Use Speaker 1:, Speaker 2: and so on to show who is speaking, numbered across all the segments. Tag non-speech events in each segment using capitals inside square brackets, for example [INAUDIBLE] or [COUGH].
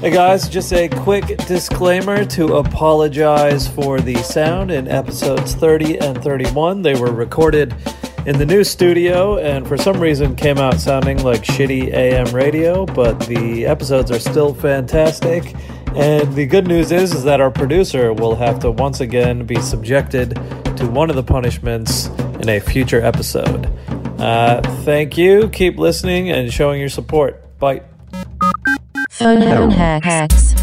Speaker 1: Hey guys, just a quick disclaimer to apologize for the sound in episodes 30 and 31. They were recorded in the new studio and for some reason came out sounding like shitty AM radio, but the episodes are still fantastic. And the good news is, is that our producer will have to once again be subjected to one of the punishments in a future episode. Uh, thank you. Keep listening and showing your support. Bye.
Speaker 2: Phone hacks.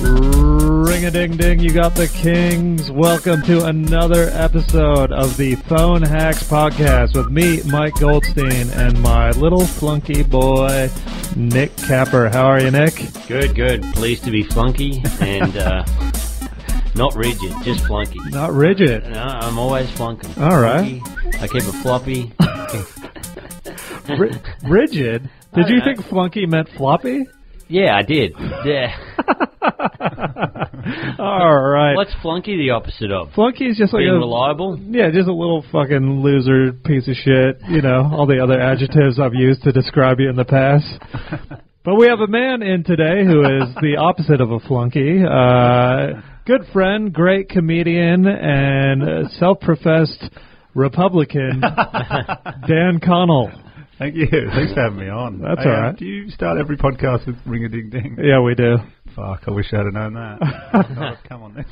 Speaker 1: Ring a ding ding, you got the kings. Welcome to another episode of the Phone Hacks Podcast with me, Mike Goldstein, and my little flunky boy, Nick Capper. How are you, Nick?
Speaker 3: Good, good. Pleased to be funky and uh, not rigid, just flunky. No,
Speaker 1: Not rigid.
Speaker 3: I'm always flunking.
Speaker 1: All right.
Speaker 3: Flunky. I keep it
Speaker 4: [LAUGHS]
Speaker 3: floppy.
Speaker 1: Ri- rigid? Did you think flunky meant floppy?
Speaker 3: Yeah, I did. Yeah.
Speaker 1: All right.
Speaker 3: What's flunky the opposite of?
Speaker 1: Flunky is just like
Speaker 3: Being
Speaker 1: a
Speaker 3: reliable?
Speaker 1: Yeah, just a little fucking loser piece of shit. You know, all the other adjectives I've used to describe you in the past. But we have a man in today who is the opposite of a flunky. Uh, good friend, great comedian, and uh, self-professed Republican, Dan Connell.
Speaker 4: Thank you. Thanks for having me on.
Speaker 1: That's
Speaker 4: Hey,
Speaker 1: all
Speaker 4: um,
Speaker 1: right.
Speaker 4: Do you start every podcast with ring a ding ding?
Speaker 1: Yeah, we do.
Speaker 4: Fuck, I wish I'd have
Speaker 1: [LAUGHS]
Speaker 4: known that. oh, come on this.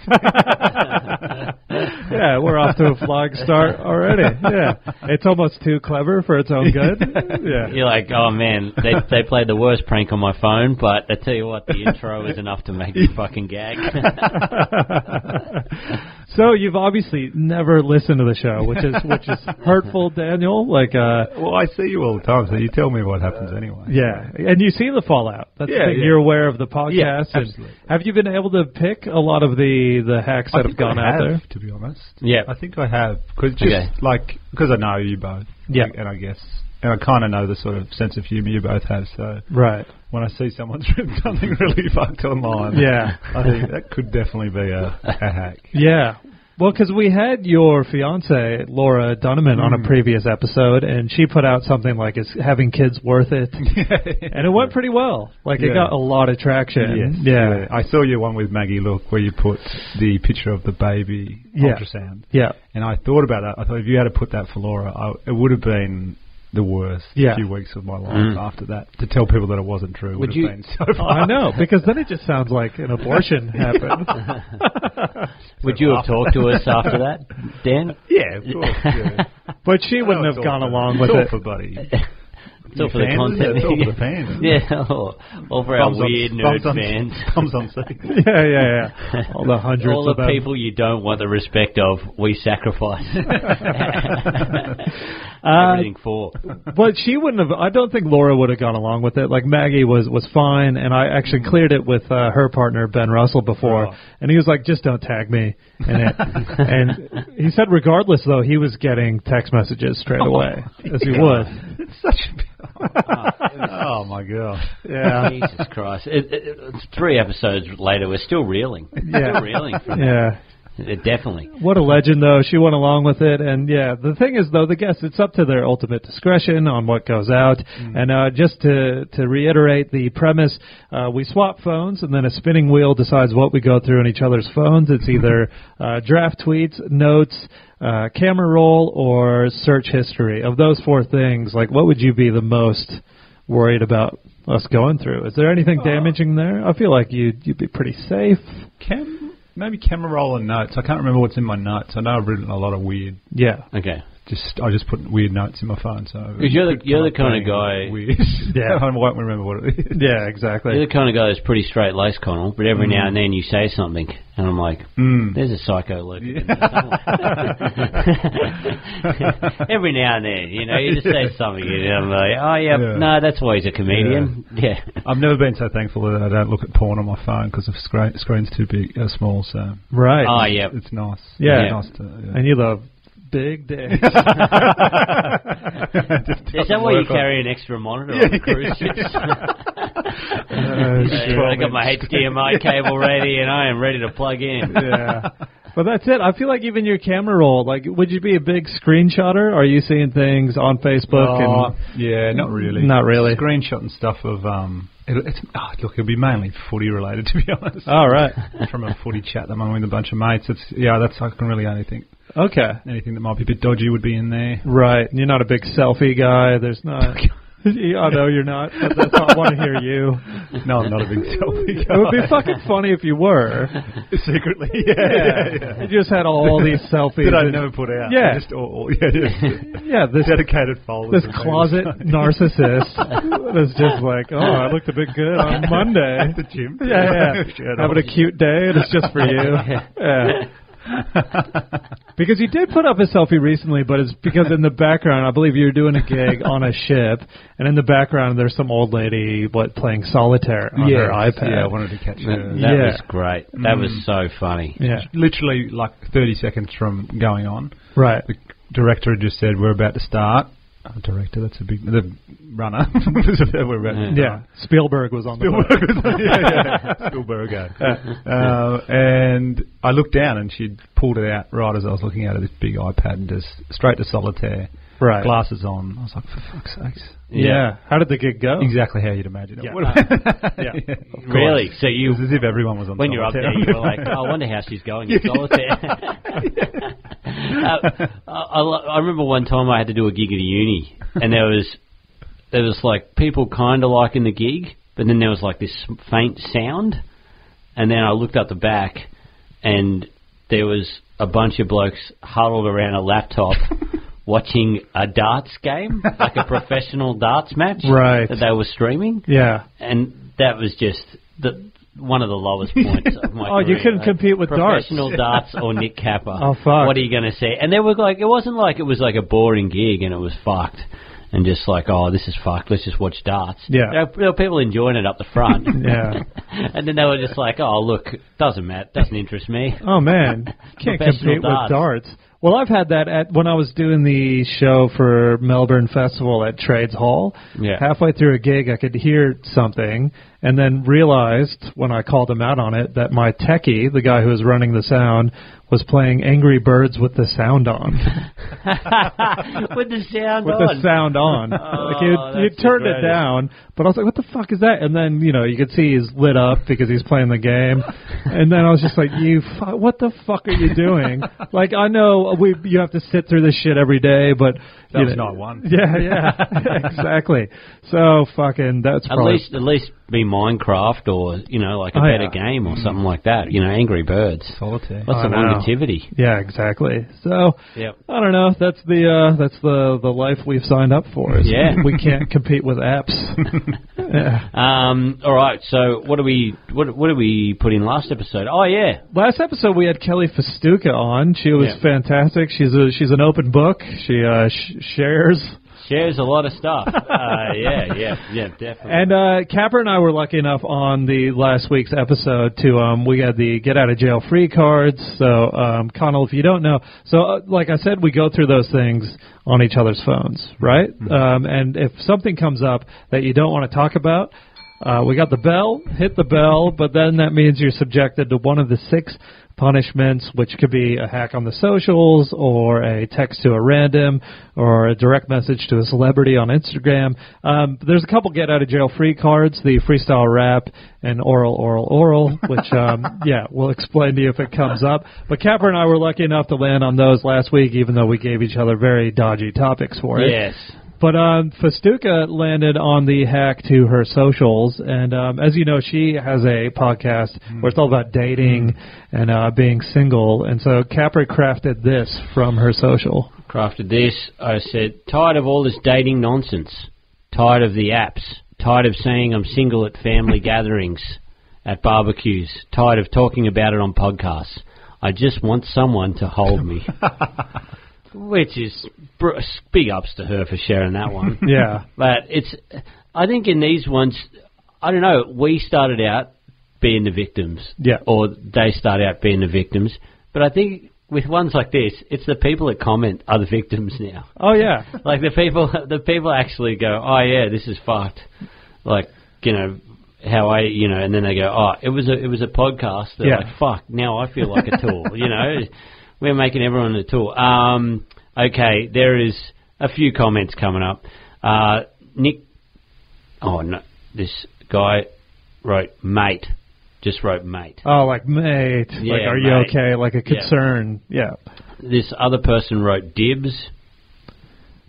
Speaker 1: Yeah, we're off to a flying start already. Yeah, it's almost too clever for its own good.
Speaker 4: [LAUGHS]
Speaker 1: Yeah.
Speaker 3: You're like, oh man, they they played the worst prank on my phone, but I tell you what, the intro is enough to make me fucking
Speaker 4: [LAUGHS]
Speaker 3: gag.
Speaker 1: [LAUGHS] So you've obviously never listened to the show, which is which
Speaker 4: [LAUGHS]
Speaker 1: is hurtful, Daniel. Like, uh,
Speaker 4: well, I see you all the time, so you tell me what happens anyway.
Speaker 1: yeah, and you see the fallout. That's
Speaker 4: Yeah,
Speaker 1: the thing.
Speaker 4: yeah.
Speaker 1: You're aware of the podcast.
Speaker 4: Yeah,
Speaker 1: and
Speaker 4: absolutely.
Speaker 1: Have you been able to pick a lot of the the hacks
Speaker 4: I
Speaker 1: that have
Speaker 4: think
Speaker 1: gone
Speaker 4: I
Speaker 1: out
Speaker 4: have,
Speaker 1: there?
Speaker 4: To be honest,
Speaker 3: Yeah.
Speaker 4: I think I have because just
Speaker 3: Okay.
Speaker 4: like because I know you both.
Speaker 1: Yeah.
Speaker 4: and I guess and I kind of know the sort of sense of humor you both have. So
Speaker 1: Right.
Speaker 4: when I see [LAUGHS] someone's written something really [LAUGHS] fucked online,
Speaker 1: Yeah.
Speaker 4: I think that could definitely be a, a
Speaker 1: [LAUGHS]
Speaker 4: hack.
Speaker 1: Yeah. Well, because we had your fiance Laura Donovan on
Speaker 4: Mm.
Speaker 1: a previous episode, and she put out something like, "Is having kids worth it?" and it went pretty well. Like it
Speaker 4: Yeah.
Speaker 1: got a lot of traction.
Speaker 4: Yes.
Speaker 1: Yeah.
Speaker 4: I saw your one with Maggie Look where you put the picture of the baby
Speaker 1: Yeah.
Speaker 4: ultrasound.
Speaker 1: Yeah.
Speaker 4: And I thought about that. I thought if you had to put that for Laura, I, it would have been the worst
Speaker 1: Yeah.
Speaker 4: few weeks of my life
Speaker 3: Mm.
Speaker 4: after that. To tell people that it wasn't true would,
Speaker 3: Would
Speaker 4: have
Speaker 3: you-
Speaker 4: been [LAUGHS] so
Speaker 1: I
Speaker 4: far.
Speaker 1: know because then it just sounds like an abortion
Speaker 4: [LAUGHS]
Speaker 1: happened.
Speaker 3: Would you have talked to us after that, Dan?
Speaker 4: Yeah, of course.
Speaker 1: [LAUGHS]
Speaker 4: Yeah.
Speaker 1: But she wouldn't have
Speaker 4: Oh, It's all
Speaker 1: gone
Speaker 4: for-
Speaker 1: along
Speaker 4: it's
Speaker 1: with
Speaker 4: all
Speaker 1: it.
Speaker 4: for buddy.
Speaker 3: It's all for the
Speaker 4: fans,
Speaker 3: content.
Speaker 4: It's all
Speaker 3: [LAUGHS]
Speaker 4: for the fans. isn't it?
Speaker 3: yeah, all, all for
Speaker 4: Thumbs
Speaker 3: our
Speaker 4: on-
Speaker 3: weird
Speaker 4: thumbs
Speaker 3: nerd
Speaker 4: on,
Speaker 1: [LAUGHS]
Speaker 3: fans.
Speaker 4: Thumbs on
Speaker 3: [LAUGHS]
Speaker 4: seats.
Speaker 1: Yeah, yeah, yeah. All the hundreds
Speaker 3: All
Speaker 1: of
Speaker 3: the
Speaker 1: them.
Speaker 3: people you don't want the respect of, we sacrifice. [LAUGHS]
Speaker 1: Uh,
Speaker 3: Everything for.
Speaker 1: But she wouldn't have. I don't think Laura would have gone along with it. Like Maggie was was fine, and I actually cleared it with uh, her partner Ben Russell before,
Speaker 4: Oh.
Speaker 1: and he was like, "Just don't tag me." in it. and he said, regardless though, he was getting text messages straight away, as he would.
Speaker 4: It's such
Speaker 1: [LAUGHS]
Speaker 4: a. Oh my god.
Speaker 3: [LAUGHS]
Speaker 1: Yeah,
Speaker 3: Jesus Christ. It, it, it's three episodes later, we're still reeling.
Speaker 1: Yeah.
Speaker 3: Still reeling from
Speaker 1: yeah.
Speaker 3: it, definitely.
Speaker 1: What a legend, though. She went along with it, and yeah, the thing is, though, the guests, it's up to their ultimate discretion on what goes out. And uh, just to to reiterate the premise, uh, we swap phones, and then a spinning wheel decides what we go through on each other's phones. It's either uh, draft tweets, notes, uh, camera roll, or search history. Of those four things, like, what would you be the most worried about? Us going through. Is there anything damaging there? I feel like you'd you'd be pretty safe.
Speaker 4: Cam, maybe camera roll and notes. I can't remember what's in my notes. I know I've written a lot of weird.
Speaker 1: Yeah.
Speaker 3: Okay.
Speaker 4: Just I just put weird notes in my phone. So
Speaker 3: Because you're the- you're the
Speaker 4: Come up
Speaker 3: kinda
Speaker 4: with
Speaker 3: guy-
Speaker 4: Weird.
Speaker 1: Yeah.
Speaker 4: [LAUGHS] I won't remember what it is.
Speaker 1: [LAUGHS] Yeah, exactly.
Speaker 3: You're the kind of guy that's pretty straight laced, Connell, but every now and then you say something, and I'm like,
Speaker 4: Mm.
Speaker 3: there's a psycho lurking in there somewhere. [LAUGHS] every now and then, you know, you just say something, and I'm like, oh, yeah,
Speaker 4: Yeah.
Speaker 3: no, that's why he's a comedian. Yeah.
Speaker 4: I've never been so thankful that I don't look at porn on my phone because the screen, screen's too big, uh, small. So
Speaker 1: Right.
Speaker 3: Oh, yeah.
Speaker 4: it's nice.
Speaker 1: Yeah.
Speaker 4: It's nice to, yeah.
Speaker 1: And you love big
Speaker 4: [LAUGHS]
Speaker 3: [LAUGHS]
Speaker 1: dicks.
Speaker 3: Is that why you carry an extra monitor [LAUGHS] on the cruise ships? [LAUGHS] Yeah, I got my HDMI cable ready, and I am ready to plug in.
Speaker 1: yeah. Well, that's it. I feel like even your camera roll, like, would you be a big screenshotter? Are you seeing things on Facebook?
Speaker 4: Oh,
Speaker 1: and
Speaker 4: yeah, not really.
Speaker 1: Not really.
Speaker 4: Screenshot and stuff of um. It, it's oh, look, it'll be mainly footy related [LAUGHS] to be honest.
Speaker 1: All right.
Speaker 4: From a footy chat that I'm with a bunch of mates, it's yeah. That's I can really only think [LAUGHS]
Speaker 1: Okay.
Speaker 4: anything that might be a bit dodgy would be in there.
Speaker 1: Right. You're not a big selfie guy. There's
Speaker 4: [LAUGHS]
Speaker 1: not. [LAUGHS] I know you're not. But that's not, I want to hear you.
Speaker 4: No, I'm
Speaker 1: [LAUGHS]
Speaker 4: not a big selfie guy.
Speaker 1: It
Speaker 4: [LAUGHS]
Speaker 1: would be fucking funny if you were. [LAUGHS]
Speaker 4: secretly. Yeah, [LAUGHS] yeah. yeah.
Speaker 1: You just had all
Speaker 4: [LAUGHS]
Speaker 1: these selfies.
Speaker 4: That I
Speaker 1: and-
Speaker 4: never put out.
Speaker 1: Yeah.
Speaker 4: just all, all- [LAUGHS] yeah,
Speaker 1: [LAUGHS]
Speaker 4: just
Speaker 1: Yeah, this
Speaker 4: dedicated folders.
Speaker 1: this
Speaker 4: of things. [LAUGHS]
Speaker 1: closet narcissist that's just like, oh, I looked a bit good
Speaker 4: [LAUGHS]
Speaker 1: on
Speaker 4: at the
Speaker 1: Monday.
Speaker 4: gym.
Speaker 1: Yeah,
Speaker 4: [LAUGHS]
Speaker 1: yeah.
Speaker 4: Shirt
Speaker 1: Having a
Speaker 4: on.
Speaker 1: cute day, and it's just for
Speaker 4: [LAUGHS]
Speaker 1: you. Yeah. [LAUGHS] Because you did put up a selfie recently, but it's because in the background, I believe you're doing a gig on a ship, and in the background there's some old lady what playing solitaire on her
Speaker 4: Yes,
Speaker 1: iPad.
Speaker 4: Yeah, I wanted to
Speaker 3: [LAUGHS]
Speaker 4: catch
Speaker 3: That
Speaker 4: it.
Speaker 1: Yeah.
Speaker 3: was great. That was so funny.
Speaker 1: Yeah.
Speaker 4: Literally like 30 seconds from going on, [LAUGHS]
Speaker 1: right.
Speaker 4: the director had just said, "We're about to start." Oh, director, that's a big the runner. [LAUGHS] We're about to
Speaker 3: Yeah.
Speaker 1: Yeah, Spielberg was on the boat.
Speaker 4: [LAUGHS] Spielberg. [LAUGHS] yeah, yeah. Spielberg. eh. Uh, and I looked down and she'd pulled it out right as I was looking out of this big iPad and just straight to solitaire.
Speaker 1: Right.
Speaker 4: Glasses on. I was like, for fuck's sakes.
Speaker 1: Yeah. How did the gig go?
Speaker 4: Exactly how you'd imagine it.
Speaker 1: Yeah.
Speaker 4: would.
Speaker 1: Yeah.
Speaker 4: Of course.
Speaker 3: Really? So
Speaker 4: It
Speaker 3: you,
Speaker 4: was as if everyone was on
Speaker 3: when you're up
Speaker 4: solitaire.
Speaker 3: there, you were like, oh, I wonder how she's going in solitaire. uh, I, I lo- I remember one time I had to do a gig at a uni, and there was there was like people kind of liking the gig, but then there was like this faint sound, and then I looked up the back, and there was a bunch of blokes huddled around a laptop. Watching a darts game, like a professional darts match
Speaker 1: Right.
Speaker 3: that they were streaming,
Speaker 4: [LAUGHS]
Speaker 1: Yeah.
Speaker 3: and that was just the one of the lowest points of my
Speaker 1: [LAUGHS] Oh, you
Speaker 3: career.
Speaker 1: couldn't
Speaker 3: Like,
Speaker 1: compete with darts.
Speaker 3: professional darts or Nick Kappa.
Speaker 1: [LAUGHS] Oh, fuck.
Speaker 3: What are you going to say? And they were like, it wasn't like it was like a boring gig and it was fucked. And just like, oh, this is fucked. Let's just watch darts.
Speaker 1: Yeah.
Speaker 3: there were, there were people enjoying it up the front.
Speaker 1: [LAUGHS] Yeah.
Speaker 3: [LAUGHS] and then they were just like, oh, look, doesn't matter, doesn't interest
Speaker 1: [LAUGHS]
Speaker 3: me. [LAUGHS]
Speaker 1: Oh man, can't
Speaker 3: Professional
Speaker 1: compete
Speaker 3: darts.
Speaker 1: with darts. Well, I've had that at when I was doing the show for Melbourne Festival at Trades Hall.
Speaker 3: Yeah.
Speaker 1: Halfway through a gig, I could hear something, and then realized when I called him out on it that my techie, the guy who was running the sound, was playing Angry Birds with the sound on.
Speaker 3: [LAUGHS] with the sound
Speaker 1: with
Speaker 3: on.
Speaker 1: the sound on.
Speaker 3: Oh,
Speaker 1: like you, you
Speaker 3: that's the
Speaker 1: turned it
Speaker 3: greatest.
Speaker 1: down, but I was like, "What the fuck is that?" And then you know you could see he's lit up because he's playing
Speaker 3: [LAUGHS]
Speaker 1: the game, and then I was just like, "You, fu- what the fuck are
Speaker 3: [LAUGHS]
Speaker 1: you doing?" like I know we you have to sit through this shit every day, but
Speaker 4: That
Speaker 1: you
Speaker 4: was
Speaker 1: know-
Speaker 4: not one.
Speaker 1: [LAUGHS] Yeah,
Speaker 3: [LAUGHS]
Speaker 1: yeah, [LAUGHS] exactly. So fucking that's
Speaker 3: At
Speaker 1: probably
Speaker 3: least, at least be Minecraft or you know, like a
Speaker 1: Oh,
Speaker 3: better
Speaker 1: yeah.
Speaker 3: game or something like that. You know, Angry Birds.
Speaker 4: Solitaire.
Speaker 3: Lots
Speaker 1: I
Speaker 3: of
Speaker 1: know.
Speaker 3: longevity.
Speaker 1: yeah, exactly. So
Speaker 3: Yep.
Speaker 1: I don't know. That's the uh, that's the the life we've signed up for. is
Speaker 3: Yeah.
Speaker 1: we can't compete
Speaker 3: [LAUGHS]
Speaker 1: with apps.
Speaker 3: Um, all right. So what do we what what did we put in last episode? Oh yeah,
Speaker 1: Last episode we had Kelly Festuca on. She was
Speaker 3: Yeah.
Speaker 1: fantastic. She's a she's an open book. She uh, sh- shares.
Speaker 3: shares a lot of
Speaker 1: [LAUGHS]
Speaker 3: stuff. uh, yeah, yeah, yeah, definitely.
Speaker 1: And uh, Capper and I were lucky enough on the last week's episode to um, we had the get out of jail free cards. So um, Connell, if you don't know, so uh, like I said, we go through those things on each other's phones, right? Um, and if something comes up that you don't want to talk about. Uh, we got the bell, hit the bell, but then that means you're subjected to one of the six punishments, which could be a hack on the socials, or a text to a random, or a direct message to a celebrity on Instagram. Um, there's a couple get out of jail free cards, the freestyle rap and oral, oral, oral, which um, yeah, we'll explain to you if it comes up. But Capper and I were lucky enough to land on those last week, even though we gave each other very dodgy topics for it.
Speaker 3: yes.
Speaker 1: But um, Festuca landed on the hack to her socials, and um, as you know, she has a podcast where it's all about dating
Speaker 4: Mm-hmm.
Speaker 1: and uh, being single. And so Capri crafted this from her social.
Speaker 3: Crafted this. I said, tired of all this dating nonsense. Tired of the apps. Tired of saying I'm single at family [LAUGHS] gatherings, at barbecues. Tired of talking about it on podcasts. I just want someone to hold me. Which is br- big ups to her for sharing that one.
Speaker 1: Yeah,
Speaker 3: But it's, I think in these ones, I don't know. We started out being the victims,
Speaker 1: Yeah.
Speaker 3: or they start out being the victims. But I think with ones like this, it's the people that comment are the victims now.
Speaker 1: oh yeah,
Speaker 3: [LAUGHS] Like the people, the people actually go, "Oh yeah, this is fucked." Like you know, how I, you know, and then they go, oh, it was a it was a podcast. They're
Speaker 1: Yeah.
Speaker 3: like, fuck, now I feel like a
Speaker 1: [LAUGHS]
Speaker 3: tool. you know, we're making everyone a tool. Um, okay, there is a few comments coming up. Uh, Nick, oh no, this guy wrote mate, just wrote mate.
Speaker 1: Oh, like mate,
Speaker 3: Yeah,
Speaker 1: like are
Speaker 3: mate.
Speaker 1: you okay? Like a concern, yeah.
Speaker 3: This other person wrote dibs.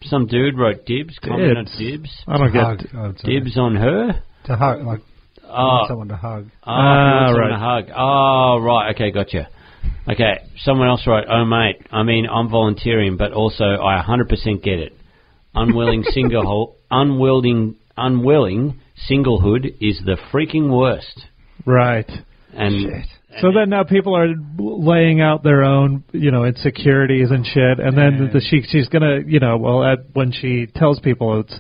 Speaker 3: Some dude wrote dibs. Comment on
Speaker 1: Dibs.
Speaker 3: dibs.
Speaker 1: I don't
Speaker 4: hug. Oh,
Speaker 1: get.
Speaker 4: I would say.
Speaker 3: Dibs on her.
Speaker 4: To hug, like
Speaker 3: Oh,
Speaker 4: someone to hug.
Speaker 3: Oh,
Speaker 1: Ah,
Speaker 3: he wants
Speaker 1: right.
Speaker 3: someone to hug. Oh, right. Okay, gotcha. Okay, someone else wrote, oh, mate, I mean, I'm volunteering, but also I 100% get it.
Speaker 1: [LAUGHS]
Speaker 3: Unwilling single, unwielding, unwilling singlehood is the freaking worst.
Speaker 1: Right.
Speaker 3: And
Speaker 1: So then now people are laying out their own, you know, insecurities and shit, and then the she she's gonna, you know, well, at, when she tells people it's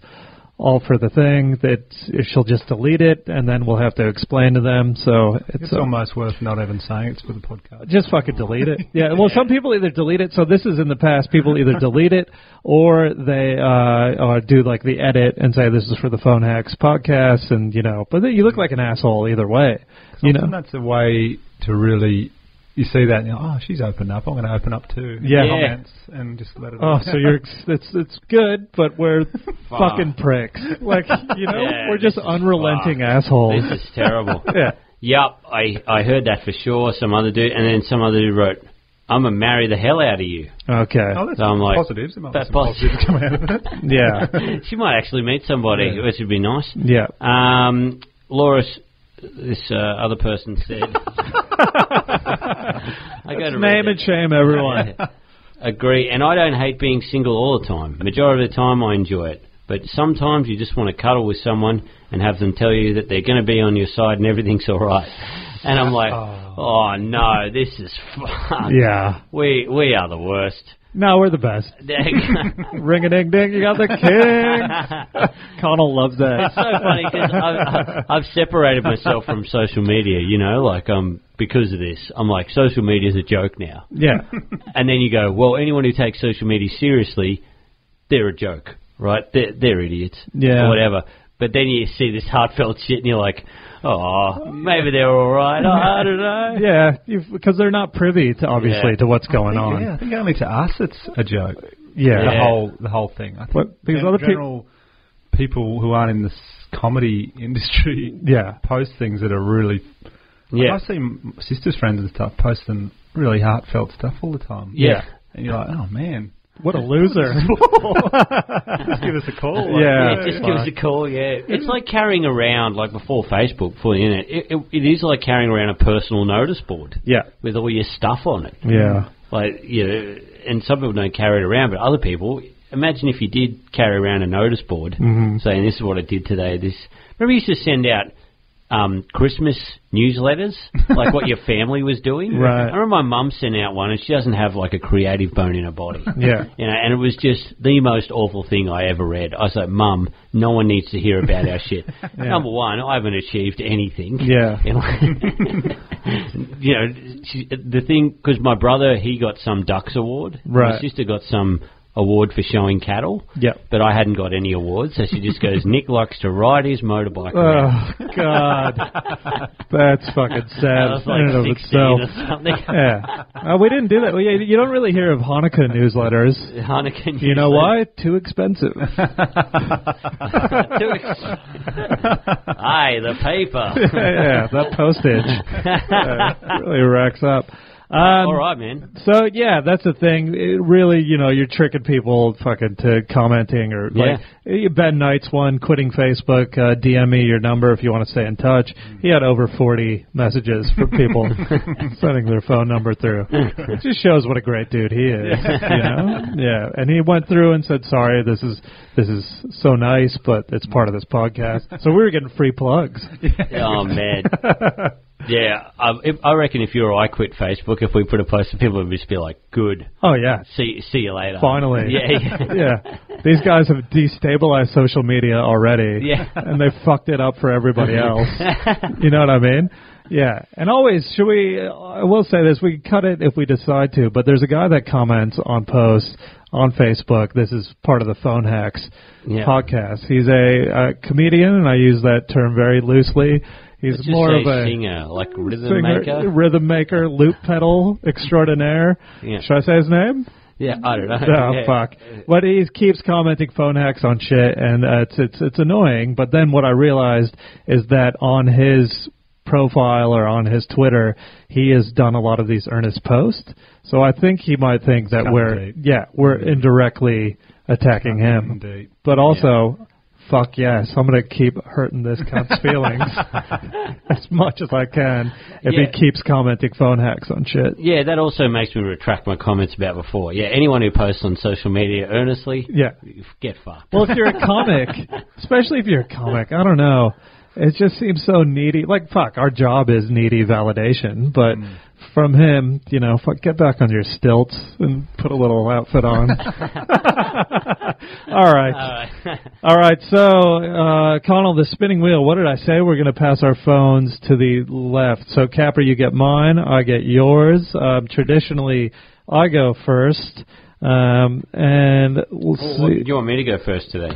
Speaker 1: all for the thing, that she'll just delete it, and then we'll have to explain to them. So it's,
Speaker 4: It's
Speaker 1: a-
Speaker 4: almost worth not even saying it's for the podcast.
Speaker 1: Just fucking delete it. Yeah. Well, some people either delete it. So this is in the past. People either delete it or they uh, or do like the edit and say this is for the Phone Hacks podcast, and you know. But then you look like an asshole either way. You know.
Speaker 4: Often that's a way to really. You see that, and you're, oh, she's opened up. I'm going to open up too.
Speaker 1: Yeah.
Speaker 3: Yeah.
Speaker 4: Comments and just let it.
Speaker 1: Oh, so you're
Speaker 3: [LAUGHS]
Speaker 1: it's it's good, but we're fucking pricks. Like you know,
Speaker 3: Yeah,
Speaker 1: we're just
Speaker 3: this is
Speaker 1: unrelenting
Speaker 3: fucked.
Speaker 1: assholes.
Speaker 3: this is terrible.
Speaker 1: [LAUGHS] yeah.
Speaker 3: Yup, I, I heard that for sure. Some other dude, and then some other dude wrote, I'm going to marry the hell out of you. [LAUGHS]
Speaker 1: Okay.
Speaker 4: oh, that's
Speaker 3: So I'm like,
Speaker 4: positives. There might be
Speaker 3: that's
Speaker 4: some positives
Speaker 3: posi-
Speaker 4: coming out of it.
Speaker 1: Yeah.
Speaker 3: she might actually meet somebody, which would be nice.
Speaker 1: Yeah.
Speaker 3: Um, Laura, s- this uh, other person
Speaker 1: [LAUGHS]
Speaker 3: said. I go to
Speaker 1: Name and shame [LAUGHS] everyone.
Speaker 3: Agree, and I don't hate being single all the time. Majority of the time, I enjoy it. But sometimes you just want to cuddle with someone and have them tell you that they're going to be on your side and everything's [LAUGHS] all right. And I'm like, oh no, this is [LAUGHS] fucked.
Speaker 1: Yeah.
Speaker 3: We we are the
Speaker 1: [LAUGHS]
Speaker 3: worst.
Speaker 1: No, we're the best. Ring a ding ding, you got
Speaker 3: [LAUGHS]
Speaker 1: the king. Connell loves that.
Speaker 3: so funny because I've, I've separated myself from social media, you know, like um because of this. I'm like social media's a joke now,
Speaker 1: [LAUGHS] Yeah.
Speaker 3: and then you go, well, anyone who takes social media seriously, they're a joke, right? They're, they're idiots,
Speaker 1: Yeah.
Speaker 3: or whatever. But then you see this heartfelt shit, and you're like, oh, maybe they're all right. I don't know.
Speaker 1: Yeah, because they're not privy to [LAUGHS] obviously
Speaker 3: Yeah.
Speaker 1: to what's going on.
Speaker 4: Yeah,
Speaker 1: Yeah,
Speaker 4: I think only to us it's a joke. The
Speaker 3: Yeah.
Speaker 4: whole the whole thing. I think
Speaker 1: But- because
Speaker 4: gen-
Speaker 1: other peop-
Speaker 4: general people who aren't in this comedy industry
Speaker 1: [LAUGHS] Yeah.
Speaker 4: post things that are really. like,
Speaker 3: Yeah.
Speaker 4: I've seen m- sisters, friends, and stuff posting really heartfelt stuff all the time.
Speaker 3: Yeah.
Speaker 4: And you're like, oh man,
Speaker 1: What a loser!
Speaker 4: [LAUGHS] just give us a call. Like,
Speaker 1: [LAUGHS] Yeah.
Speaker 3: Yeah, just give us a call. Yeah, it's like carrying around like before Facebook, before the internet. It, it, it is like carrying around a personal notice board.
Speaker 1: yeah,
Speaker 3: with all your stuff on it.
Speaker 1: yeah,
Speaker 3: Like you know, and some people don't carry it around, but other people. Imagine if you did carry around a notice board
Speaker 1: Mm-hmm.
Speaker 3: saying, "This is what I did today." This remember you used to send out um, Christmas
Speaker 1: [LAUGHS]
Speaker 3: newsletters, like what your family was doing.
Speaker 1: Right.
Speaker 3: I remember my mum sent out one, and she doesn't have like a creative bone in her body.
Speaker 1: yeah.
Speaker 3: [LAUGHS] You know, and it was just the most awful thing I ever read. I was like, "Mum, no one needs to hear about our
Speaker 1: [LAUGHS]
Speaker 3: shit." Number one, I haven't achieved anything.
Speaker 1: Yeah.
Speaker 3: You know, [LAUGHS] you know, she, the thing because my brother he got some ducks award. My
Speaker 1: Right.
Speaker 3: sister got some award for showing cattle.
Speaker 1: Yep.
Speaker 3: But I hadn't got any awards, so she just
Speaker 1: [LAUGHS]
Speaker 3: goes, "Nick likes to ride his motorbike." around."
Speaker 1: Oh God, that's fucking
Speaker 3: I
Speaker 4: Uh,
Speaker 1: sad
Speaker 3: was
Speaker 1: in and of
Speaker 3: like sixteen
Speaker 1: itself.
Speaker 3: or something.
Speaker 1: [LAUGHS] Yeah, uh, we didn't do that. We, you don't really hear of Hanukkah newsletters.
Speaker 3: Hanukkah
Speaker 1: You
Speaker 3: newsletter. [LAUGHS]
Speaker 1: know why? Too expensive.
Speaker 3: Too
Speaker 1: [LAUGHS]
Speaker 3: ex- Aye, the paper.
Speaker 1: [LAUGHS] yeah, that postage uh,
Speaker 3: [LAUGHS]
Speaker 1: really racks up. Um,
Speaker 3: All right, man.
Speaker 1: So yeah, that's the thing. It really, you know, you're tricking people fucking to commenting or like eh, Ben Knight's one quitting Facebook. Uh, DM me your number if you want to stay in touch. He had over 40 messages from people
Speaker 3: [LAUGHS]
Speaker 1: sending their phone number through. It just shows what a great dude he is. you know? Yeah, and he went through and said, "Sorry, this is this is so nice, but it's part of this podcast." So we were getting free
Speaker 3: [LAUGHS]
Speaker 1: plugs.
Speaker 3: Oh man. Yeah, I, if, I reckon if you or I quit Facebook, if we put a post, people would just be like, "Good,
Speaker 1: Oh yeah,
Speaker 3: see see you later." [LAUGHS]
Speaker 1: Finally.
Speaker 3: Yeah,
Speaker 1: [LAUGHS]
Speaker 3: yeah.
Speaker 1: yeah. These guys have destabilized social media already.
Speaker 3: Yeah.
Speaker 1: And they fucked it up for everybody else. you know what I mean? Yeah, and always should we? I will say this: we can cut it if we decide to. But there's a guy that comments on posts on Facebook. This is part of the Phone Hacks
Speaker 3: Yeah.
Speaker 1: podcast. He's a, uh comedian, and I use that term very loosely. He's
Speaker 3: Just
Speaker 1: more
Speaker 3: say
Speaker 1: of a
Speaker 3: singer, like rhythm
Speaker 1: singer,
Speaker 3: maker.
Speaker 1: rhythm maker, loop pedal extraordinaire.
Speaker 3: Yeah.
Speaker 1: Should I say his name?
Speaker 3: Yeah, I don't know.
Speaker 1: [LAUGHS] Oh
Speaker 3: Yeah.
Speaker 1: fuck! But he keeps commenting phone hacks on shit, and uh, it's it's it's annoying. But then what I realized is that on his profile or on his Twitter, he has done a lot of these earnest posts. So I think he might think that
Speaker 4: Cutting
Speaker 1: we're
Speaker 4: deep.
Speaker 1: yeah we're indirectly attacking him.
Speaker 4: Indeed.
Speaker 1: But also, fuck yes, I'm gonna keep hurting this
Speaker 3: [LAUGHS]
Speaker 1: cunt's feelings as much as I can if
Speaker 3: Yeah.
Speaker 1: he keeps commenting phone hacks on shit.
Speaker 3: Yeah, that also makes me retract my comments about before. Yeah, anyone who posts on social media earnestly,
Speaker 1: Yeah.
Speaker 3: get fucked. [LAUGHS]
Speaker 1: Well, if you're a comic, especially if you're a comic, I don't know. It just seems so needy. Like, fuck, our job is needy validation, but from him, you know, fuck, get back on your stilts and put a little outfit on. [LAUGHS] All right. All right. So, uh, Connell, the spinning wheel, what did I say? We're going to pass our phones to the left. So, Capper, you get mine. I get yours. Um, traditionally, I go first. Um, and we'll
Speaker 3: Well,
Speaker 1: [LAUGHS] see.
Speaker 3: what- you want me to go first today?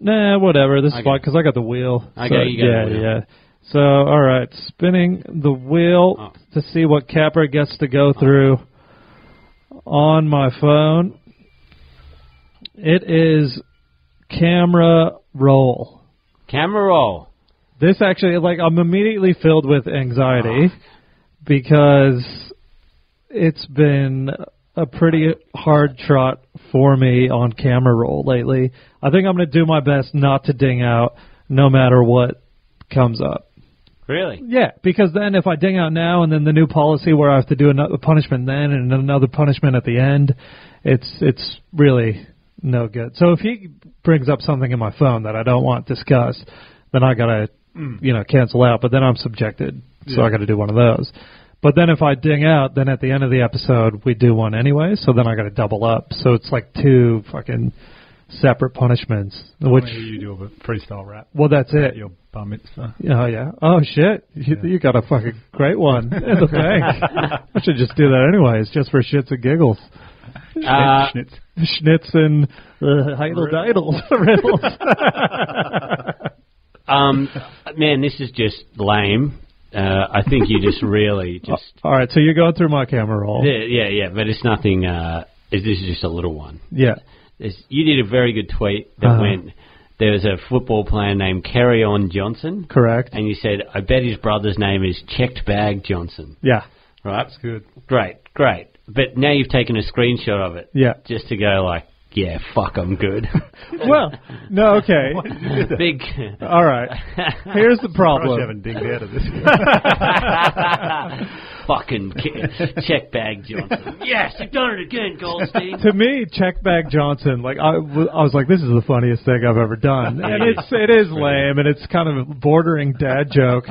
Speaker 1: Nah, whatever. This is
Speaker 3: Okay.
Speaker 1: fine because I got the wheel.
Speaker 3: Okay,
Speaker 1: So,
Speaker 3: you got
Speaker 1: yeah,
Speaker 3: the wheel.
Speaker 1: yeah. So, all right, spinning the wheel
Speaker 3: Oh.
Speaker 1: to see what capper gets to go through on my phone. It is camera roll.
Speaker 3: Camera roll.
Speaker 1: This actually, like, I'm immediately filled with anxiety because it's been a pretty hard trot for me on camera roll lately. I think I'm going to do my best not to ding out no matter what comes up.
Speaker 3: Really?
Speaker 1: Yeah, because then if I ding out now and then the new policy where I have to do another punishment then and another punishment at the end, it's it's really no good. So if he brings up something in my phone that I don't want discussed, then I gotta you know cancel out. But then I'm subjected, so I gotta do one of those. But then if I ding out, then at the end of the episode we do one anyway. So then I gotta double up. So it's like two fucking separate punishments. Which
Speaker 4: Which you do a freestyle rap.
Speaker 1: well, that's it.
Speaker 4: Your bar mitzvah.
Speaker 1: Oh yeah. Oh shit. You, you got a fucking great one in the bank. I should just do that anyways, just for shits and giggles.
Speaker 3: Uh,
Speaker 4: Schnitz.
Speaker 1: Schnitz and uh, heidel diddles [LAUGHS] riddles.
Speaker 3: um, man, this is just lame. Uh, I think you
Speaker 1: [LAUGHS]
Speaker 3: just really just
Speaker 1: All right, so you're going through my camera roll.
Speaker 3: yeah, yeah, yeah. But it's nothing. Uh, is this is just a little one.
Speaker 1: Yeah.
Speaker 3: It's, you did a very good tweet that
Speaker 1: Uh-huh.
Speaker 3: went. There was a football player named Carry On Johnson,
Speaker 1: Correct.
Speaker 3: and you said, "I bet his brother's name is Checked Bag Johnson."
Speaker 1: Yeah.
Speaker 3: Right?
Speaker 4: That's good.
Speaker 3: Great, great. But now you've taken a screenshot of it.
Speaker 1: Yeah.
Speaker 3: Just to go like, yeah, fuck, I'm
Speaker 1: [LAUGHS]
Speaker 3: good.
Speaker 1: Well, no, okay. [LAUGHS]
Speaker 3: Big.
Speaker 1: All right. Here's the
Speaker 4: Surprised you
Speaker 1: problem.
Speaker 4: haven't dinged out of this.
Speaker 3: Fucking ki- check bag Johnson. Yes, you've done it again,
Speaker 1: [LAUGHS]
Speaker 3: Goldstein.
Speaker 1: [LAUGHS] To me, Checkbag Johnson, like I, w- I was like, this is the funniest thing I've ever done, and it's it is lame, and it's kind of bordering dad joke